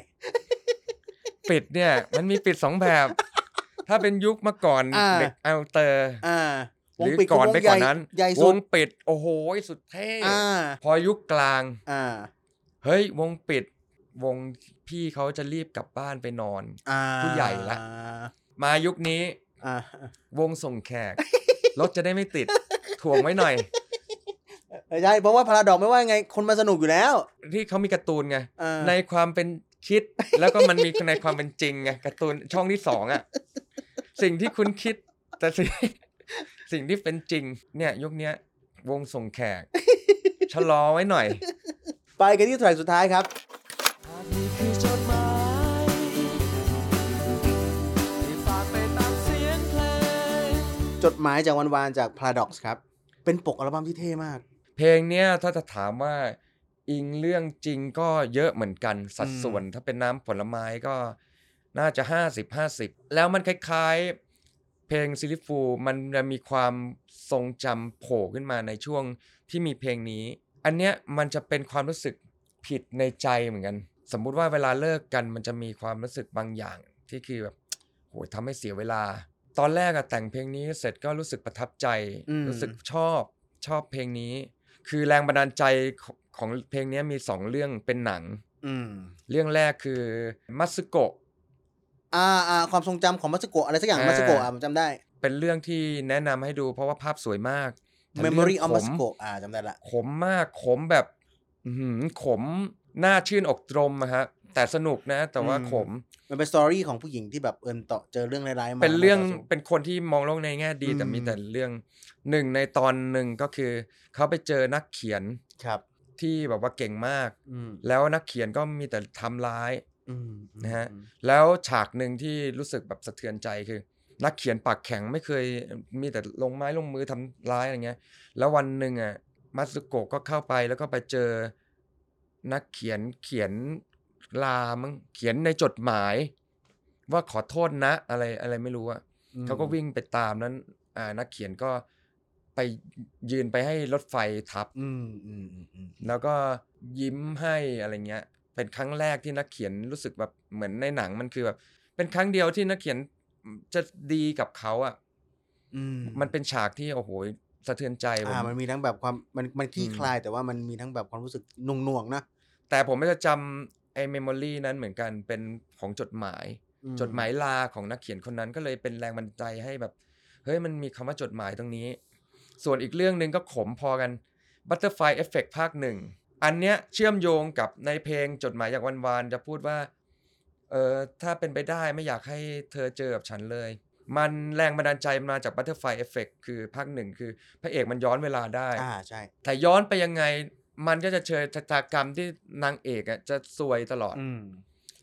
S1: ปิดเนี่ย มันมีปิดสองแบบ ถ้าเป็นยุคเมื่อก่อน
S2: อ่า
S1: เด็กเอาเตอร์
S2: อ่า
S1: ห
S2: วง
S1: รือ
S2: ปิดคื
S1: ก่อน
S2: วง
S1: ไป
S2: ให
S1: ก่อ
S2: ญ่
S1: นนั้น
S2: ใหญ่
S1: ว
S2: สุด
S1: งปิด โอ้โหสุดเท่
S2: อ่า
S1: พอยุคกลาง
S2: อ่า
S1: เฮ้ยวงปิด วงพี่เขาจะรีบกลับบ้านไปนอน
S2: อ่า
S1: ผู้ใหญ่ละ มายุคนี้
S2: อ่า
S1: วงส่งแขก รถจะได้ไม่ติด ถ่วงไว้หน่อย
S2: เออใช่เพราะว่าพาราดอกไม่ว่ายังไงคนมาสนุกอยู่แล้ว
S1: ที่เขามีการ์ตูนไง
S2: เออ
S1: ในความเป็นคิด แล้วก็มันมีในความเป็นจริงไงการ์ตูนช่องที่สองอะสิ่งที่คุณคิด แต่สิ่งสิ่งที่เป็นจริง เนี่ยยุคเนี้ย วงส่งแขก ชะลอไว้หน่อย
S2: ไปกันที่แทร็กสุดท้ายครับ
S4: หากนี่คือจดหมายที่ฝากไปตามเสียงเพลง
S2: จดหมายจากวันวานจากพาราดอกครับ เป็นปกอัลบั้มที่เท่มาก
S1: เพลงเนี้ยถ้าจะถามว่าอิงเรื่องจริงก็เยอะเหมือนกันสัดส่วนถ้าเป็นน้ำผลไม้ก็น่าจะ 50 50 แล้วมันคล้ายๆ เพลงซิลิฟูมันจะมีความทรงจำโผล่ขึ้นมาในช่วงที่มีเพลงนี้ อันเนี้ยมันจะเป็นความรู้สึกผิดในใจเหมือนกัน สมมุติว่าเวลาเลิกกันมันจะมีความรู้สึกบางอย่างที่คือแบบโหยทำให้เสียเวลา ตอนแรกอะแต่งเพลงนี้เสร็จก็รู้สึกประทับใจ
S2: อืม
S1: รู้สึกชอบชอบเพลงนี้ คือแรงบันดาลใจของของเพลงนี้มีสองเรื่องเป็นหนัง
S2: อืม
S1: เรื่องแรกคือมัสโกะ
S2: อ่าอ่าความทรงจำของมัสโกะอะไรสักอย่าง
S1: อ่า
S2: มัสโกะอ่ะผมจำได้
S1: เป็นเรื่องที่แนะนำให้ดูเพราะว่าภาพสวยมากแต่
S2: Memory of
S1: เรื่
S2: m a
S1: ง
S2: s
S1: ข
S2: k o อ่าจำได้ละ
S1: ขมมากขมแบบอื้อหือขมหน้าชื่นอกตรมอะฮะแต่สนุกนะ แต่ว่า
S2: อืม
S1: ขม
S2: มันเป็นสตอรี่ของผู้หญิงที่แบบเอิญต่อเจอเรื่องร้ายๆมา
S1: เป็นเรื่อง
S2: แล้วต่สู้
S1: เป็นคนที่มองโลกในแง่ดีแต่
S2: อืม
S1: มีแต่เรื่องหนึ่งในตอนหนึ่งก็คือ เขาไปเจอนักเขียน
S2: ครับ
S1: ที่แบบว่าเก่งมาก
S2: อืม
S1: แล้วนักเขียนก็มีแต่ทำร้าย
S2: อืม
S1: นะฮะ แล้วฉากหนึ่งที่รู้สึกแบบสะเทือนใจคือ นักเขียนปากแข็งไม่เคยมีแต่ลงไม้ลงมือทำร้ายอะไรเงี้ย แล้ววันหนึ่งอ่ะมัตสึโกะก็เข้าไปแล้วก็ไปเจอ นักเขียนเขียนลามั้งเขียนในจดหมาย ว่าขอโทษนะ อะไรอะไรไม่รู้อะ
S2: อืม
S1: เขาก็วิ่งไปตามนั้น อ่า นักเขียนก็ไปยืนไปให้รถไฟทับ
S2: อืมอืมอืมอืม
S1: แล้วก็ยิ้มให้อะไรเงี้ย เป็นครั้งแรกที่นักเขียนรู้สึกแบบเหมือนในหนังมันคือแบบ เป็นครั้งเดียวที่นักเขียนจะดีกับเขาอะ่ะ
S2: อืม
S1: มันเป็นฉากที่โอ้โหสะเทือนใจผม
S2: อ่ามันมีทั้งแบบความมันมันขี้
S1: อืม
S2: คลายแต่ว่ามันมีทั้งแบบความรู้สึกหนุ่งหน่วงๆนะ
S1: แต่ผมไม่จะจำไอ้เมมโมรีนั้นเหมือนกันเป็นของจดหมาย
S2: อื
S1: จดหมายลาของนักเขียนคนนั้นก็เลยเป็นแรงบันดาลใจให้แบบ เฮ้ยมันมีคำว่าจดหมายตรงนี้ ส่วนอีกเรื่องหนึ่งก็ขมพอกัน Butterfly Effect ภาคหนึ่ง อันเนี้ยเชื่อมโยงกับในเพลงจดหมายจากวันวานจะพูดว่า เออถ้าเป็นไปได้ไม่อยากให้เธอเจอกับฉันเลย มันแรงบันดาลใจมาจาก Butterfly Effect คือภาคหนึ่งคือพระเอกมันย้อนเวลาได้
S2: อ่าใช่
S1: แต่ย้อนไปยังไงมันก็จะเจอชะตากรรมที่นางเอกอะจะซวยตลอด
S2: อืม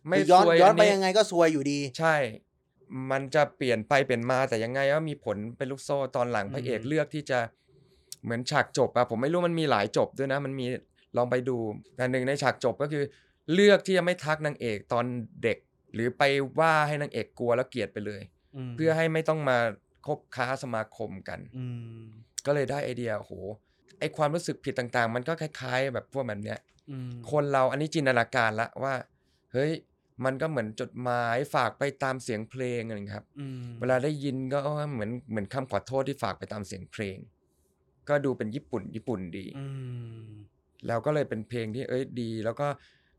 S1: ไม่
S2: คือย้อน
S1: ซวย
S2: ย้อนไป
S1: นี้
S2: ยังไงก็ซวยอยู่ดี
S1: ใช่ มันจะเปลี่ยนไปเปลี่ยนมาแต่ยังไงก็มีผลเป็นลูกโซ่ตอนหลัง
S2: อืม
S1: พระเอกเลือกที่จะเหมือนฉากจบอะผมไม่รู้มันมีหลายจบด้วยนะ มันมีลองไปดูแต่หนึ่งในฉากจบก็คือ เลือกที่จะไม่ทักนางเอกตอนเด็ก หรือไปว่าให้นางเอกกลัวแล้วเกลียดไปเลย
S2: ม
S1: เพื่อให้ไม่ต้องมาคบค้าสมาคมกัน
S2: อืม
S1: ก็เลยได้ไอเดียโอ้โหไอความรู้สึกผิดต่างๆ มันก็คล้าย ๆ แบบพวกแบบเนี้ย
S2: อืม
S1: คนเราอันนี้จินตนาการละว่า เฮ้ย มันก็เหมือนจดหมายฝากไปตามเสียงเพลงอะไรอย่างเงี้ยครับ
S2: อืม
S1: เวลาได้ยินก็เออเหมือนเหมือนคำขอโทษที่ฝากไปตามเสียงเพลง ก็ดูเป็นญี่ปุ่น ญี่ปุ่นดี
S2: อืม
S1: แล้วก็เลยเป็นเพลงที่เอ้ยดี แล้วก็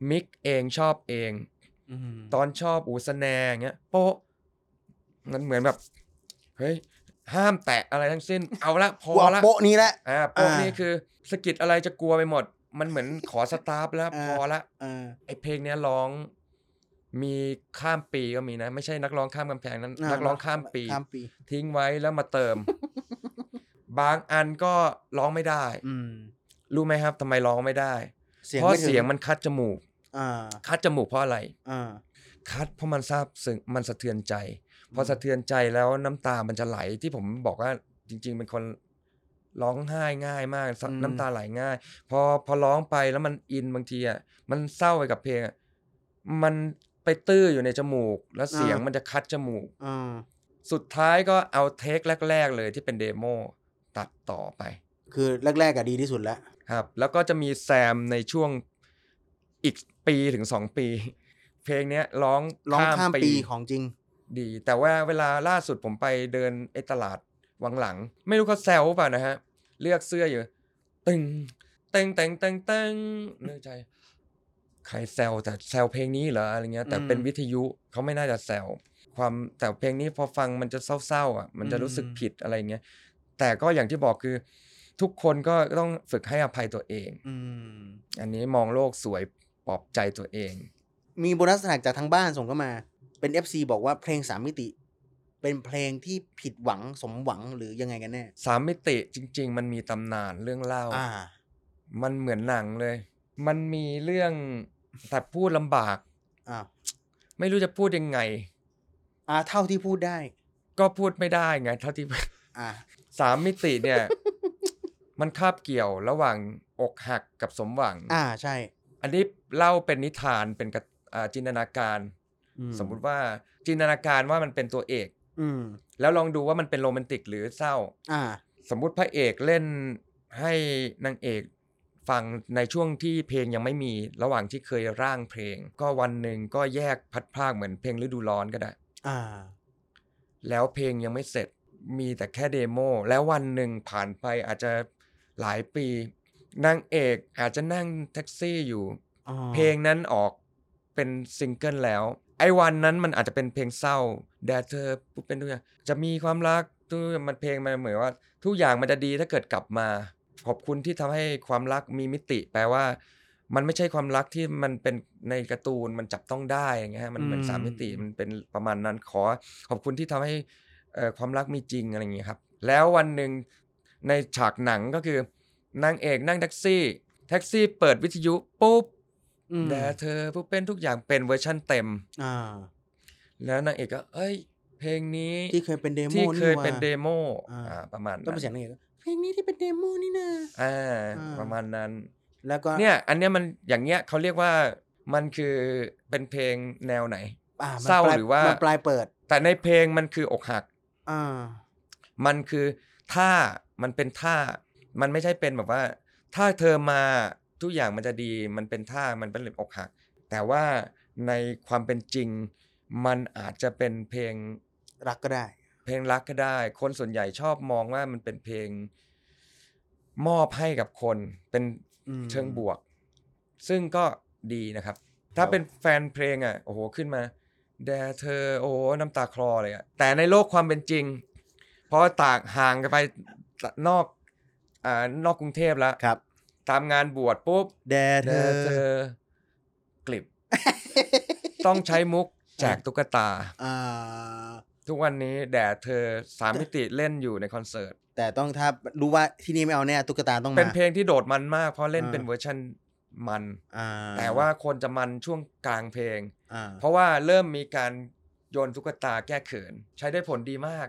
S1: มิกเองชอบเอง
S2: อืม
S1: ตอนชอบอูสแนงเงี้ยโป๊ะมันเหมือนแบบ เฮ้ย ห้ามแตะอะไรทั้งสิ้น เอาละพอ
S2: หัว
S1: ละ
S2: โปะนี้แหละ
S1: อ่าโป๊ะ
S2: อ่านี่
S1: นี่คือสะกิดอะไรจะกลัวไปหมด มันเหมือนขอสตาร์ฟแล้ว
S2: อ่า
S1: พอละ
S2: เออ
S1: ไอเพลงเนี้ยร้องมีข้ามปีก็มีนะ ไม่ใช่นักร้องข้ามกำแพงนั้น
S2: อ่า
S1: นักร้องข้ามปี
S2: ข้ามปี
S1: ทิ้งไว้แล้วมาเติม บางอันก็ร้องไม่ได้
S2: อืม
S1: รู้ไหมครับทำไมร้องไม่ได้
S2: เสียง
S1: เพราะ
S2: ไม่ถึ
S1: เสียงมันคัดจมูก
S2: อ่า
S1: คัดจมูกเพราะอะไร
S2: อ่า
S1: คัดเพราะมันซาบซึ้งมันสะเทือนใจ พอสะเทือนใจแล้วน้ำตามันจะไหลที่ผมบอกว่าจริง ๆ เป็นคนร้องไห้ง่ายมากสะน้ำตาไหลง่าย พอพอร้องไปแล้วมันอินบางทีอ่ะมันเศร้าไปกับเพลงอะมันไปตื้ออยู่ในจมูก แล้วเสียงมันจะคัดจมูก
S2: อ่า
S1: สุดท้ายก็เอาเทคแรก ๆ เลยที่เป็นเดโมตัดต่อไป
S2: คือแรกๆอะดีที่สุดแล้ว
S1: ครับ แล้วก็จะมีแซมในช่วงอีกปีถึงสองปี เพลงเนี้ยร้อง
S2: ร้องข้ามปีของจริง
S1: ดี แต่ว่าเวลาล่าสุดผมไปเดินไอ้ตลาดวังหลัง ไม่รู้เขาแซวเปล่านะฮะ เลือกเสื้ออยู่ ตึงเต็งเต็งเต็งเต็งเนื้อใจ ใครแซวแต่แซวเพลงนี้เหรออะไรเงี้ย แต่
S2: อืม
S1: เป็นวิทยุเขาไม่น่าจะแซวความแต่เพลงนี้พอฟังมันจะเศร้าๆอ่ะ มันจะรู้สึก
S2: อืม
S1: ผิดอะไรเงี้ย แต่ก็อย่างที่บอกคือ ทุกคนก็ต้องฝึกให้อภัยตัวเอง
S2: อืม
S1: อันนี้มองโลกสวยปลอบใจตัวเอง
S2: มีโบนัสแทร็กจากทางบ้านส่งเข้ามา เป็น FC บอกว่าเพลงสามมิติ เป็นเพลงที่ผิดหวังสมหวังหรือยังไงกันแน่
S1: สามมิติจริง ๆ มันมีตำนานเรื่องเล่า
S2: อ่า
S1: มันเหมือนหนังเลย มันมีเรื่องแต่พูดลำบาก
S2: อ่า
S1: ไม่รู้จะพูดยังไง
S2: อ่าเท่าที่พูดได้
S1: ก็พูดไม่ได้ไงเท่าที่
S2: อ่า
S1: สามมิติเนี่ย มันคาบเกี่ยวระหว่างอกหักกับสมหวัง
S2: อ่าใช่
S1: อันนี้เล่าเป็นนิทานเป็นกะอ่าจินตนาการ
S2: อื
S1: สมมุติว่าจินตนาการว่ามันเป็นตัวเอก
S2: อืม
S1: แล้วลองดูว่ามันเป็นโรแมนติกหรือเศร้า
S2: อ่า
S1: สมมุติพระเอกเล่นให้นางเอกฟังในช่วงที่เพลงยังไม่มีระหว่างที่เคยร่างเพลง ก็วันหนึ่งก็แยกพัดพรากเหมือนเพลงฤดูร้อนก็ได้
S2: อ่า
S1: แล้วเพลงยังไม่เสร็จมีแต่แค่เดโมแล้ววันหนึ่งผ่านไปอาจจะหลายปีนางเอกอาจจะนั่งแท็กซี่อยู่
S2: อ๋อ
S1: เพลงนั้นออกเป็นซิงเกิลแล้ว ไอ้วันนั้นมันอาจจะเป็นเพลงเศร้าแดดเธอปุ๊บเป็นทุกอย่างจะมีความรักทุกอย่างมันเพลงมันเหมือนว่า ทุกอย่างมันจะดีถ้าเกิดกลับมา ขอบคุณที่ทำให้ความรักมีมิติ แปลว่า มันไม่ใช่ความรักที่มันเป็นในการ์ตูนมันจับต้องได้อย่างเงี้ยฮะมันเหมือนสามมิติมันเป็นประมาณนั้นขอ ขอบคุณที่ทำให้เอ่อความรักมีจริงอะไรอย่างเงี้ยครับ แล้ววันหนึ่งในฉากหนังก็คือนางเอกนั่งแท็กซี่ แท็กซี่เปิดวิทยุปุ๊บ
S2: อืม
S1: แด่เธอผู้เป็นทุกอย่างเป็นเวอร์ชั่นเต็ม
S2: อ่า
S1: แล้วนางเอกก็ เอ้ย เพลงนี้
S2: ที่เคยเป็นเดโม
S1: ที่
S2: นี่
S1: เคยเป็น
S2: ว่า
S1: เดโม
S2: อ่า
S1: อ่าประมาณ
S2: ต้
S1: นั้
S2: องเป็นเสียง
S1: น
S2: นางเอกเพลงนี้ที่เป็นเดโมนี่นะ
S1: อ่า
S2: อ่า
S1: ประมาณนั้น
S2: แล้วก็
S1: เนี่ย อันเนี้ยมันอย่างเงี้ยเขาเรียกว่ามันคือเป็นเพลงแนวไหน
S2: อ่มัน
S1: เศร้า
S2: ปลย
S1: หรือว่า
S2: นปลายเปิด
S1: แต่ในเพลงมันคืออกหัก
S2: อ่า
S1: มันคือท่ามันเป็นท่า มันไม่ใช่เป็นแบบว่า ถ้าเธอมาทุกอย่างมันจะดี มันเป็นท่ามันเป็นเหล็บอกหัก แต่ว่าในความเป็นจริง มันอาจจะเป็นเพลง
S2: รักก็ได้
S1: เพลงรักก็ได้ คนส่วนใหญ่ชอบมองว่ามันเป็นเพลงมอบให้กับคนเป็น
S2: อืม
S1: เชิงบวก ซึ่งก็ดีนะครับ ถ้าเป็นแฟนเพลงอ่ะโอ้โหขึ้นมา แดเธอ โอ้โหน้ำตาคลอเลยอ่ะแต่ในโลกความเป็นจริง เพราะว่าต่างห่างกันไปนอกอ่านอกกรุงเทพแล้ว
S2: ครับ
S1: ตามงานบวชปุ๊บ
S2: แดเธ
S1: เธอ
S2: อ
S1: เธอกลิบ ต้องใช้มุ กแจกตุ๊กตา
S2: อ่า
S1: ทุกวันนี้แด่เธอสามมิติเล่นอยู่ในคอนเสิร์ต
S2: แต่ต้องถ้ารู้ว่าที่นี่ไม่เอาแน่ตุ๊กตาต้องมา
S1: เป็นเพลงที่โดดมันมากเพราะเล่น
S2: อ่า
S1: เป็นเวอร์ชันมัน
S2: อ่า
S1: แต่ว่าคนจะมันช่วงกลางเพลง
S2: อ่า
S1: เพราะว่าเริ่มมีการโยนตุ๊กตาแก้เขิน ใช้ได้ผลดีมาก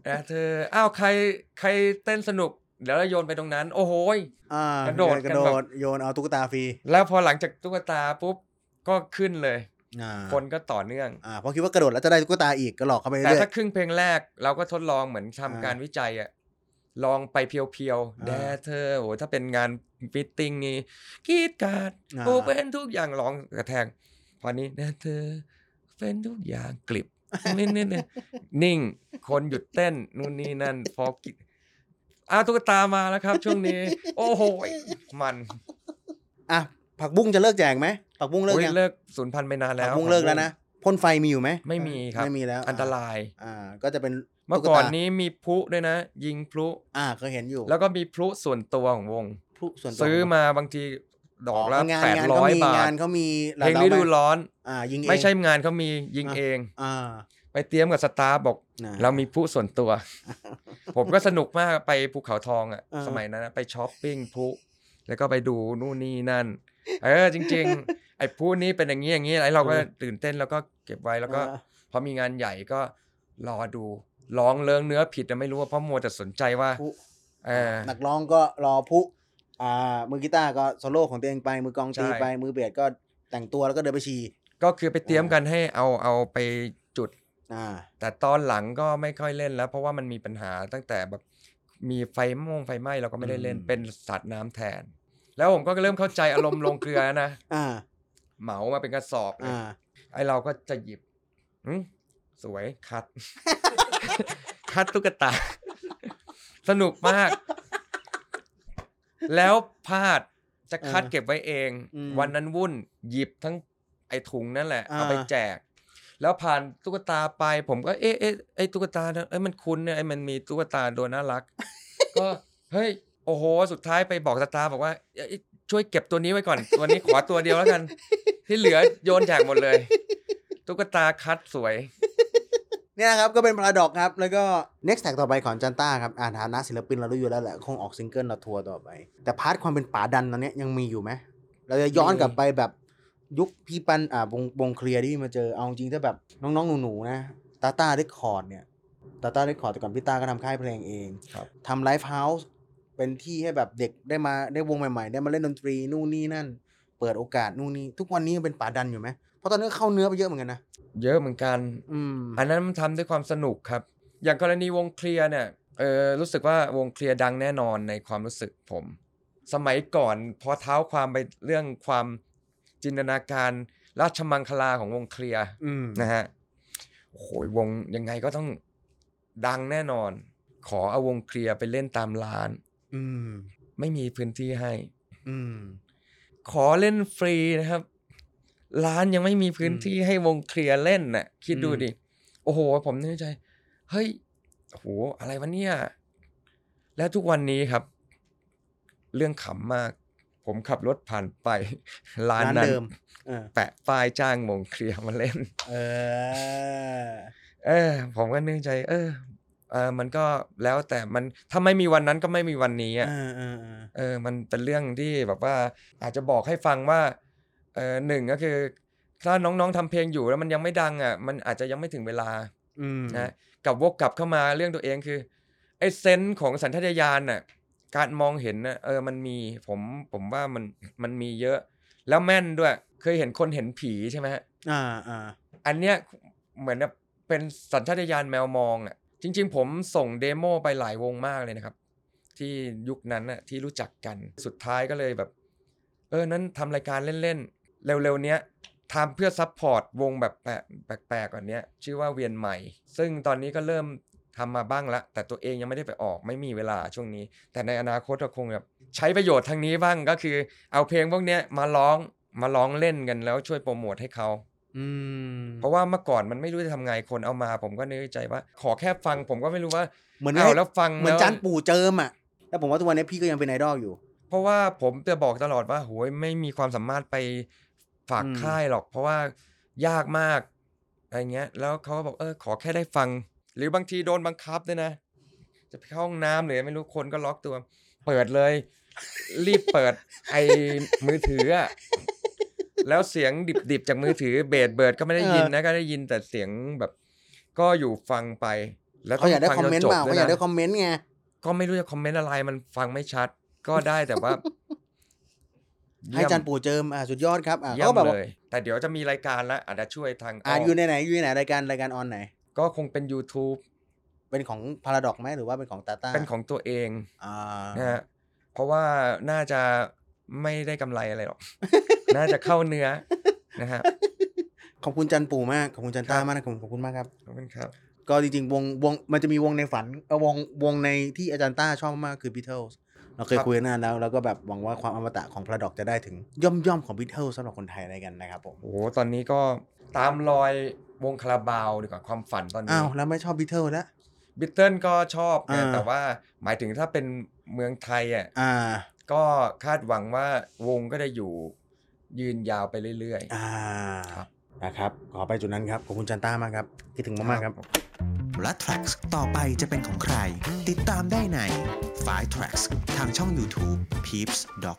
S1: แด่เธออ้าวใครใครเต้นสนุก เดี๋ยวเราโยนไปตรงนั้น โอ้โหย
S2: อ่าก ก
S1: ระโดด
S2: กระโด
S1: กันแบ
S2: ด
S1: บ
S2: โยนเอาตุ๊กตาฟรี
S1: แล้วพอหลังจากตุ๊กตาปุ๊บก็ขึ้นเลย
S2: อ่า
S1: คนก็ต่อเนื่อง
S2: อ่าเพราะคิดว่ากระโดดแล้วจะได้ตุ๊กตาอีกก็หลอกเข้าไป
S1: แต่
S2: เรื่อ
S1: ถ้าย ครึ่งเพลงแรกเราก็ทดลองเหมือนทำ
S2: อ่า
S1: การวิจัยอะลองไปเพียวๆ
S2: อ่า
S1: แด่เธอโอ้โหถ้าเป็นงานฟิตติ้งนี่กรีดกราร
S2: อ่า
S1: โอ้เป็นทุกอย่างร้องกระแทงพอนี้แด่เธอเป็นทุกอย่างกลิบนี่นี่นี่ นิ่งคนหยุดเต้นนู่นนี่นั่นพอกิอ้าวตุ๊กตามาแล้วครับ ช่วงนี้ โอ้โหมัน
S2: ๆอ่ะผักบุ้งจะเลิกแจกไหมผักบุ้งเลิก
S1: โอ้ย
S2: ยัง
S1: เลิกศูนย์พันไปนานแล้
S2: ผั
S1: ว
S2: กบุ้งเลิกแล้วนะพ่นไฟมีอยู่ไหม
S1: ไม่มีครับ
S2: ไม่มีแล้ว
S1: อันตราย
S2: อ่า ก็จะเป็น
S1: เมื่อ
S2: ตุ๊
S1: ก่อน
S2: ตา
S1: นี้มีพลุด้วยนะ ยิงพลุ
S2: อ่าเคยเห็นอยู่
S1: แล้วก็มีพลุส่วนตัวของวง
S2: ผู้ส่วนตัว
S1: ซื้อมาบางทีดอกละ
S2: งาน
S1: แปด
S2: งาน
S1: ร้
S2: เขา
S1: อย
S2: มี
S1: บาท
S2: งานเขามี
S1: เพลงฤดูร้อน
S2: อ่า ยิงเอง
S1: ไม่ใช่งานเขามียิงเอง
S2: อ่า
S1: ไปเตรียมกับสตาร์บอก
S2: นะ
S1: เรามีพลุส่วน ตัว ผมก็สนุกมากไปภูเขาทองอ่ะ
S2: เออ
S1: สมัยนั้นอะไปช้อปปิ้งพลุแล้วก็ไปดูนู่นนี่นั่น เออจริง ๆ ไอ้พลุนี้เป็นอย่างนี้อย่างนี้ไอ้เราก็ตื่นเต้นแล้วก็เก็บไว้แล้วก็
S2: อ่า
S1: พอมีงานใหญ่ก็รอดูร้องเลิงเนื้อผิดอะไม่รู้ว่าเพราะมัวแต่สนใจว่า
S2: ผู้
S1: เออ
S2: นักร้องก็รอผู้อ่ามือกีตาร์ก็โซโล่ของตัวเองไปมือกลองตี
S1: ใช่
S2: ไปมือเบสก็แต่งตัวแล้วก็เดินไปชี
S1: ก็คือไปเตรียมกันให้เอาเอาไปจุด
S2: อ่า
S1: แต่ตอนหลังก็ไม่ค่อยเล่นแล้ว เพราะว่ามันมีปัญหาตั้งแต่แบบมีไฟม่วงไฟไหม้เราก็ไม่ได้เล่น
S2: อืม
S1: เป็นสัตว์น้ำแทน แล้วผมก็เริ่มเข้าใจอารมณ์ลงเกลือนะ
S2: อ่า
S1: เหมามาเป็นกระสอบเลย
S2: อ่า
S1: ไอเราก็จะหยิบหึสวย คัด คัดตุ๊กตา สนุกมาก แล้วพลาดจะคัด
S2: เออ
S1: เก็บไว้เอง
S2: อืม
S1: วันนั้นวุ่นหยิบทั้งไอถุงนั่นแหละ
S2: อ่า
S1: เอาไปแจก แล้วผ่านตุ๊กตาไป ผมก็เอ๊ะเอ๊ะไอตุ๊กตาเนี่ยเอ้ยมันคุ้นเนี่ยไอมันมีตุ๊กตาตัวน่ารัก ก็เฮ้ยโอ้โห สุดท้ายไปบอกสตาร์บอกว่าเอ้ยช่วยเก็บตัวนี้ไว้ก่อน ตัวนี้ขอตัวเดียวแล้วกัน ที่เหลือโยนแจกหมดเลย ตุ๊กตาคัดสวย
S2: เนี่ยนะครับก็เป็นพาราดอกครับ แล้วก็ next tag ต่อไปของจันต้าครับอ่าฐานะศิลปินเรารู้อยู่แล้วแหละ คงออกซิงเกิลเราทัวร์ต่อไป แต่พาร์ทความเป็นป๋าดันตอนเนี้ยยังมีอยู่ไหม เราจะย้อนกลับไปแบบยุคพี่ปันอ่าวงวงเคลียร์ที่มาเจอเอาจริงๆถ้าแบบน้องๆ หนูๆนะตาตาเรคคอร์ดเนี่ยตาตาเรคคอร์ดแต่ก่อนพี่ตาก็ทำค่ายเพลงเอง
S1: ครับ
S2: ทำไลฟ์เฮาส์ เป็นที่ให้แบบเด็กได้มาได้วงใหม่ๆ ได้มาเล่นดนตรีนู่นนี่นั่น เปิดโอกาสนู่นนี่ทุกวันนี้ยังเป็นป่าดันอยู่ไหมเพราะตอนนี้เข้าเนื้อไปเยอะเหมือนกันนะ
S1: เยอะเหมือนกัน
S2: อืม
S1: อันนั้นมันทำด้วยความสนุกครับ อย่างกรณีวงเคลียร์เนี่ย เออรู้สึกว่าวงเคลียร์ดังแน่นอนในความรู้สึกผม สมัยก่อนพอเท้าความไปเรื่องความจินตนาการราชมังคลาของวงเคลียร์
S2: อืม
S1: นะฮะ โอ้โหวงยังไงก็ต้องดังแน่นอน ขอเอาวงเคลียร์ไปเล่นตามร้าน
S2: อืม
S1: ไม่มีพื้นที่ให้
S2: อืม
S1: ขอเล่นฟรีนะครับ ร้านยังไม่มีพื้นที่ให้วงเคลียร์เล่นน่ะ คิดดู
S2: อืม
S1: ดิ โอ้โห ผมนึกในใจ เฮ้ยโอ้โห อะไรวะเนี่ย และทุกวันนี้ครับ เรื่องขำมาก ผมขับรถผ่านไป ร้าน
S2: ร้าน
S1: นั้น
S2: เดิม เออ
S1: แปะป้ายจ้างวงเคลียร์มาเล่น
S2: เออ
S1: เออ ผมก็นึกในใจ เออเออมันก็แล้วแต่มันถ้าไม่มีวันนั้นก็ไม่มีวันนี้อะ
S2: เออเออเออ
S1: เออ มันเป็นเรื่องที่แบบว่าอาจจะบอกให้ฟังว่าเออหนึ่งก็คือ ถ้าน้องๆทำเพลงอยู่แล้วมันยังไม่ดังอ่ะ มันอาจจะยังไม่ถึงเวลา
S2: อืม
S1: นะกับวกกลับเข้ามาเรื่องตัวเองคือไอ้เซนส์ของสัญชาตญาณน่ะการมองเห็นน่ะเออมันมีผมผมว่ามันมันมีเยอะ แล้วแม่นด้วย เคยเห็นคนเห็นผีใช่ไหมฮะ
S2: อ่าอ่า
S1: อันเนี้ยเหมือนแบบเป็นสัญชาตญาณแมวมองอ่ะจริง ๆ ผมส่งเดโมไปหลายวงมากเลยนะครับ ที่ยุคนั้นน่ะที่รู้จักกันสุดท้ายก็เลยแบบ เออ นั้นทำรายการเล่น ๆ เร็ว ๆ เนี้ยทำเพื่อซัพพอร์ตวงแบบแปลกแปลกๆก่อนเนี้ย ชื่อว่าเวียนใหม่ ซึ่งตอนนี้ก็เริ่มทำมาบ้างละ แต่ตัวเองยังไม่ได้ไปออกไม่มีเวลาช่วงนี้ แต่ในอนาคตก็คงแบบใช้ประโยชน์ทางนี้บ้างก็คือ เอาเพลงพวกเนี้ยมาร้องมาร้องเล่นกันแล้วช่วยโปรโมทให้เขา
S2: อืม
S1: เพราะว่าเมื่อก่อนมันไม่รู้จะทำไงคนเอามา ผมก็นึกในใจว่า ขอแค่ฟัง ผมก็ไม่รู้ว่า
S2: เหมือน
S1: เอา
S2: ให้
S1: แล้วฟัง
S2: เหมือน
S1: แล้ว
S2: จานปู่เจิมอ่ะ แล้วผมว่าทุกวันนี้พี่ก็ยังเป็นไอดอลอยู่
S1: เพราะว่าผมจะบอกตลอดว่าโหยไม่มีความสามารถไปฝาก
S2: อืม
S1: ค่ายหรอก เพราะว่ายากมากอะไรเงี้ย แล้วเขาก็บอกเออขอแค่ได้ฟัง หรือบางทีโดนบังคับด้วยนะ จะไปเข้าห้องน้ำหรือไม่รู้คนก็ล็อกตัว เปิดเลย รีบเปิด ไอ้มือถืออะแล้วเสียงดิบๆจากมือถือเบสเบิร์ดก็ไม่ได้ยินนะก็ได้ยินแต่เสียงแบบ ก็อยู่ฟังไป แล้วต้
S2: เขา
S1: ง
S2: อยากได้
S1: ฟัง
S2: คอม
S1: จน
S2: เมนต์
S1: จบ
S2: เปล่า
S1: ด้ว
S2: เขา
S1: ย
S2: อยาก
S1: นะ
S2: ได้คอมเมนต์ไง
S1: ก็ไม่รู้จะคอมเมนต์อะไรมันฟังไม่ชัด ก็ได้แต่ว่า
S2: ให้จาน
S1: เ
S2: ปู่เจิมอ่ะสุดยอดครับอ่ะ
S1: ยี่ยมเยี่ย
S2: เขา
S1: ม
S2: แบบ
S1: เลย แต่เดี๋ยวจะมีรายการละอาจจะช่วยทาง
S2: อ่ะ
S1: อ้อม
S2: อยู่ในไหนอยู่ในไหนรายการรายการออนไหน
S1: ก็คงเป็น YouTube
S2: เป็นของพาราดอกไหมหรือว่าเป็นของตาต้า
S1: เป็นของตัวเอง
S2: อ่า
S1: นะฮะเพราะว่าน่าจะไม่ได้กำไรอะไรหรอก น่าจะเข้าเนื้อนะฮะ
S2: ขอบคุณจันปู่มากขอบคุณจันต้า
S1: ครับ
S2: มากนะขอบคุณขอบคุณมากครับ
S1: ขอบคุณครับ
S2: ก็จริงๆวงวงมันจะมีวงในฝันเอ่อวงวงในที่อาจารย์ต้าชอบมากคือ Beatles เราเคย
S1: ครับ
S2: คุยกันนานแล้วแล้วก็แบบหวังว่าความอมตะของพาราดอกจะได้ถึงย่อมย่อมๆของ Beatles สำหรับคนไทยอะไรกันนะครับผม
S1: โอ้โหตอนนี้ก็ตามรอยวงคาราบาวดีกว่าความฝันตอนนี้
S2: อ้าวแล้วไม่ชอบ Beatles แล้ว
S1: บิทเทิลก็ชอบไง
S2: อ่า
S1: แต่ว่าหมายถึงถ้าเป็นเมืองไทยอ่ะ
S2: อ่า
S1: ก็คาดหวังว่าวงก็ได้อยู่ยืนยาวไปเรื่อย
S2: อ่า
S1: ครับ
S2: นะครับ ขอไปจุดนั้นครับ ขอบคุณจันต้ามากครับ คิดถึง
S1: ๆ
S2: มากๆครับ
S3: และ Tracks ต่อไปจะเป็นของใคร ติดตามได้ใน f i Tracks ทางช่อง YouTube Peeps Doc